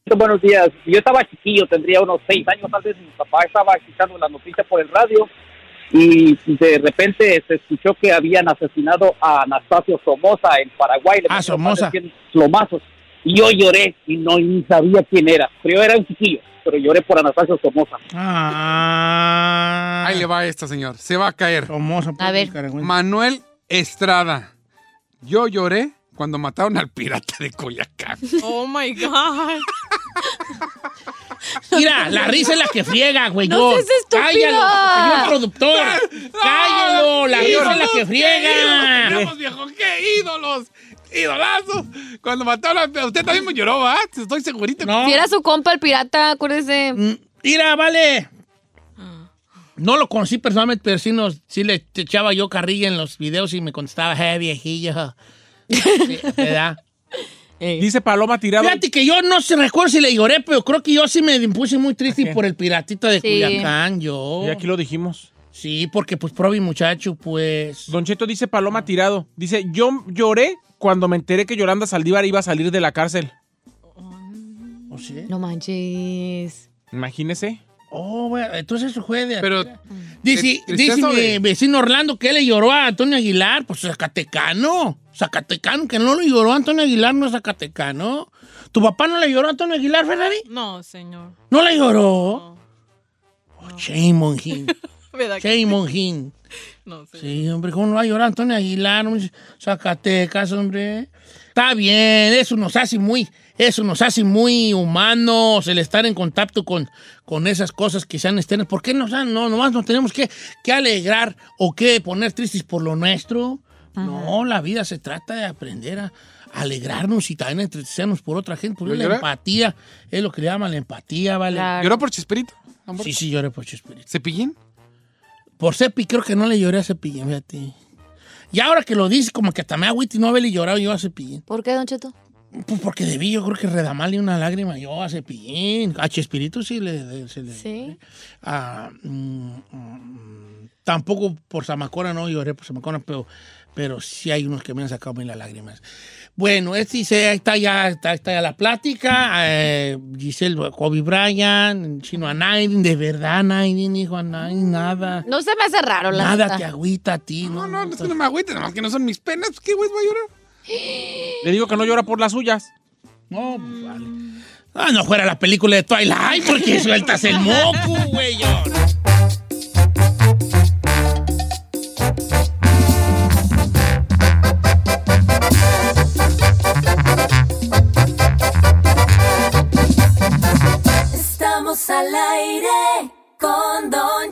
Speaker 12: Buenos días. Yo estaba chiquillo, tendría unos seis años antes. Mi papá estaba escuchando la noticia por el radio y de repente se escuchó que habían asesinado a Anastasio Somoza en Paraguay. Le
Speaker 2: Ah,
Speaker 12: metieron
Speaker 2: Somoza.
Speaker 12: más de 100 Plomazos. Y yo lloré y no ni sabía quién era. Pero yo era un chiquillo, pero lloré por Anastasio Somoza.
Speaker 2: Ah,
Speaker 1: Ahí le va esta, señor. Se va a caer.
Speaker 2: Hermoso.
Speaker 3: A ver.
Speaker 1: Manuel Estrada. Yo lloré cuando mataron al pirata de Coyacán.
Speaker 11: Oh my God.
Speaker 2: Mira, la risa es la que friega, güey.
Speaker 3: No
Speaker 2: yo.
Speaker 3: seas estúpida.
Speaker 2: Cállalo, señor productor. Cállalo, la risa es la que
Speaker 1: ¡Qué
Speaker 2: friega.
Speaker 1: ídolos, viejo! ¡Qué ídolos! ¡Idolazos! Cuando mataron al... Usted también me lloró, ¿va? Estoy segurito.
Speaker 2: No.
Speaker 3: Si era su compa el pirata, acuérdese.
Speaker 2: Mm, Mira, vale. Ah. No lo conocí personalmente, pero sí, nos, sí le echaba yo carrilla en los videos y me contestaba, hey, viejillo. Sí, [laughs] ¿verdad?
Speaker 5: Dice Paloma Tirado.
Speaker 2: Fíjate que yo no sé, recuerdo si le lloré, pero creo que yo sí me puse muy triste por el piratita de
Speaker 3: Sí.
Speaker 2: Culiacán, yo.
Speaker 5: Y aquí lo dijimos.
Speaker 2: Sí, porque pues probi muchacho, pues.
Speaker 5: Don Cheto dice Paloma Tirado. Dice, yo lloré cuando me enteré que Yolanda Saldívar iba a salir de la cárcel.
Speaker 2: ¿O sí?
Speaker 3: No manches.
Speaker 5: Imagínese.
Speaker 2: Oh, bueno, entonces eso fue de...
Speaker 1: Pero,
Speaker 2: dice
Speaker 1: ¿de tristeza
Speaker 2: dice
Speaker 1: o
Speaker 2: mi
Speaker 1: de-
Speaker 2: vecino Orlando que le lloró a Antonio Aguilar, pues Zacatecano, Zacatecano, que no le lloró a Antonio Aguilar, no es Zacatecano. ¿Tu papá no le lloró a Antonio Aguilar, Ferrari?
Speaker 11: No, señor.
Speaker 2: ¿No le lloró? Oh, shame on him,
Speaker 5: [laughs]
Speaker 11: ¿Verdad que-
Speaker 2: shame on him.
Speaker 11: No, señor.
Speaker 2: Sí, hombre, ¿cómo no va a llorar Antonio Aguilar? hombre? Zacatecas, hombre. Está bien, eso nos hace muy, eso nos hace muy humanos, el estar en contacto con, con esas cosas que sean externas. ¿Por qué nos han- no, nomás nos tenemos que, que alegrar o que poner tristes por lo nuestro? No, la vida se trata de aprender a alegrarnos y también entristecernos por otra gente. Por
Speaker 1: ¿Lo
Speaker 2: la
Speaker 1: llora?
Speaker 2: empatía, es lo que le llaman la empatía, ¿vale?
Speaker 3: Claro.
Speaker 1: ¿Lloró por Chespirito? amor?
Speaker 2: Sí, sí, lloré por Chespirito.
Speaker 1: ¿Cepillín?
Speaker 2: Por Cepi, creo que no le lloré a Cepillín, fíjate. Y ahora que lo dice, como que hasta me agüita y no haberle llorado yo a Cepillín.
Speaker 3: ¿Por qué, Don Cheto?
Speaker 2: Pues porque debí, yo creo que redamarle una lágrima yo a Cepillín. A Chespirito sí le... le- se le- Ah, mm, mm, tampoco por Zamacona no lloré por Zamacona, pero, pero sí hay unos que me han sacado bien las lágrimas. Bueno, este dice, ahí está ya, está, está ya la plática. Eh, Giselle, Kobe Bryant, Chino Anaidin, de verdad Anaidin, hijo Anaidin, nada.
Speaker 3: No se me hace raro, la
Speaker 2: Nada
Speaker 3: neta.
Speaker 2: te agüita a ti. No,
Speaker 1: no, no es que no me agüite, nada más que no son mis penas. pues, ¿Qué güey voy a llorar?
Speaker 5: Le digo que no llora por las suyas.
Speaker 2: No, pues vale. Ah, no fuera la película de Twilight, porque sueltas el moco, güey. yo.
Speaker 8: Estamos al aire con Don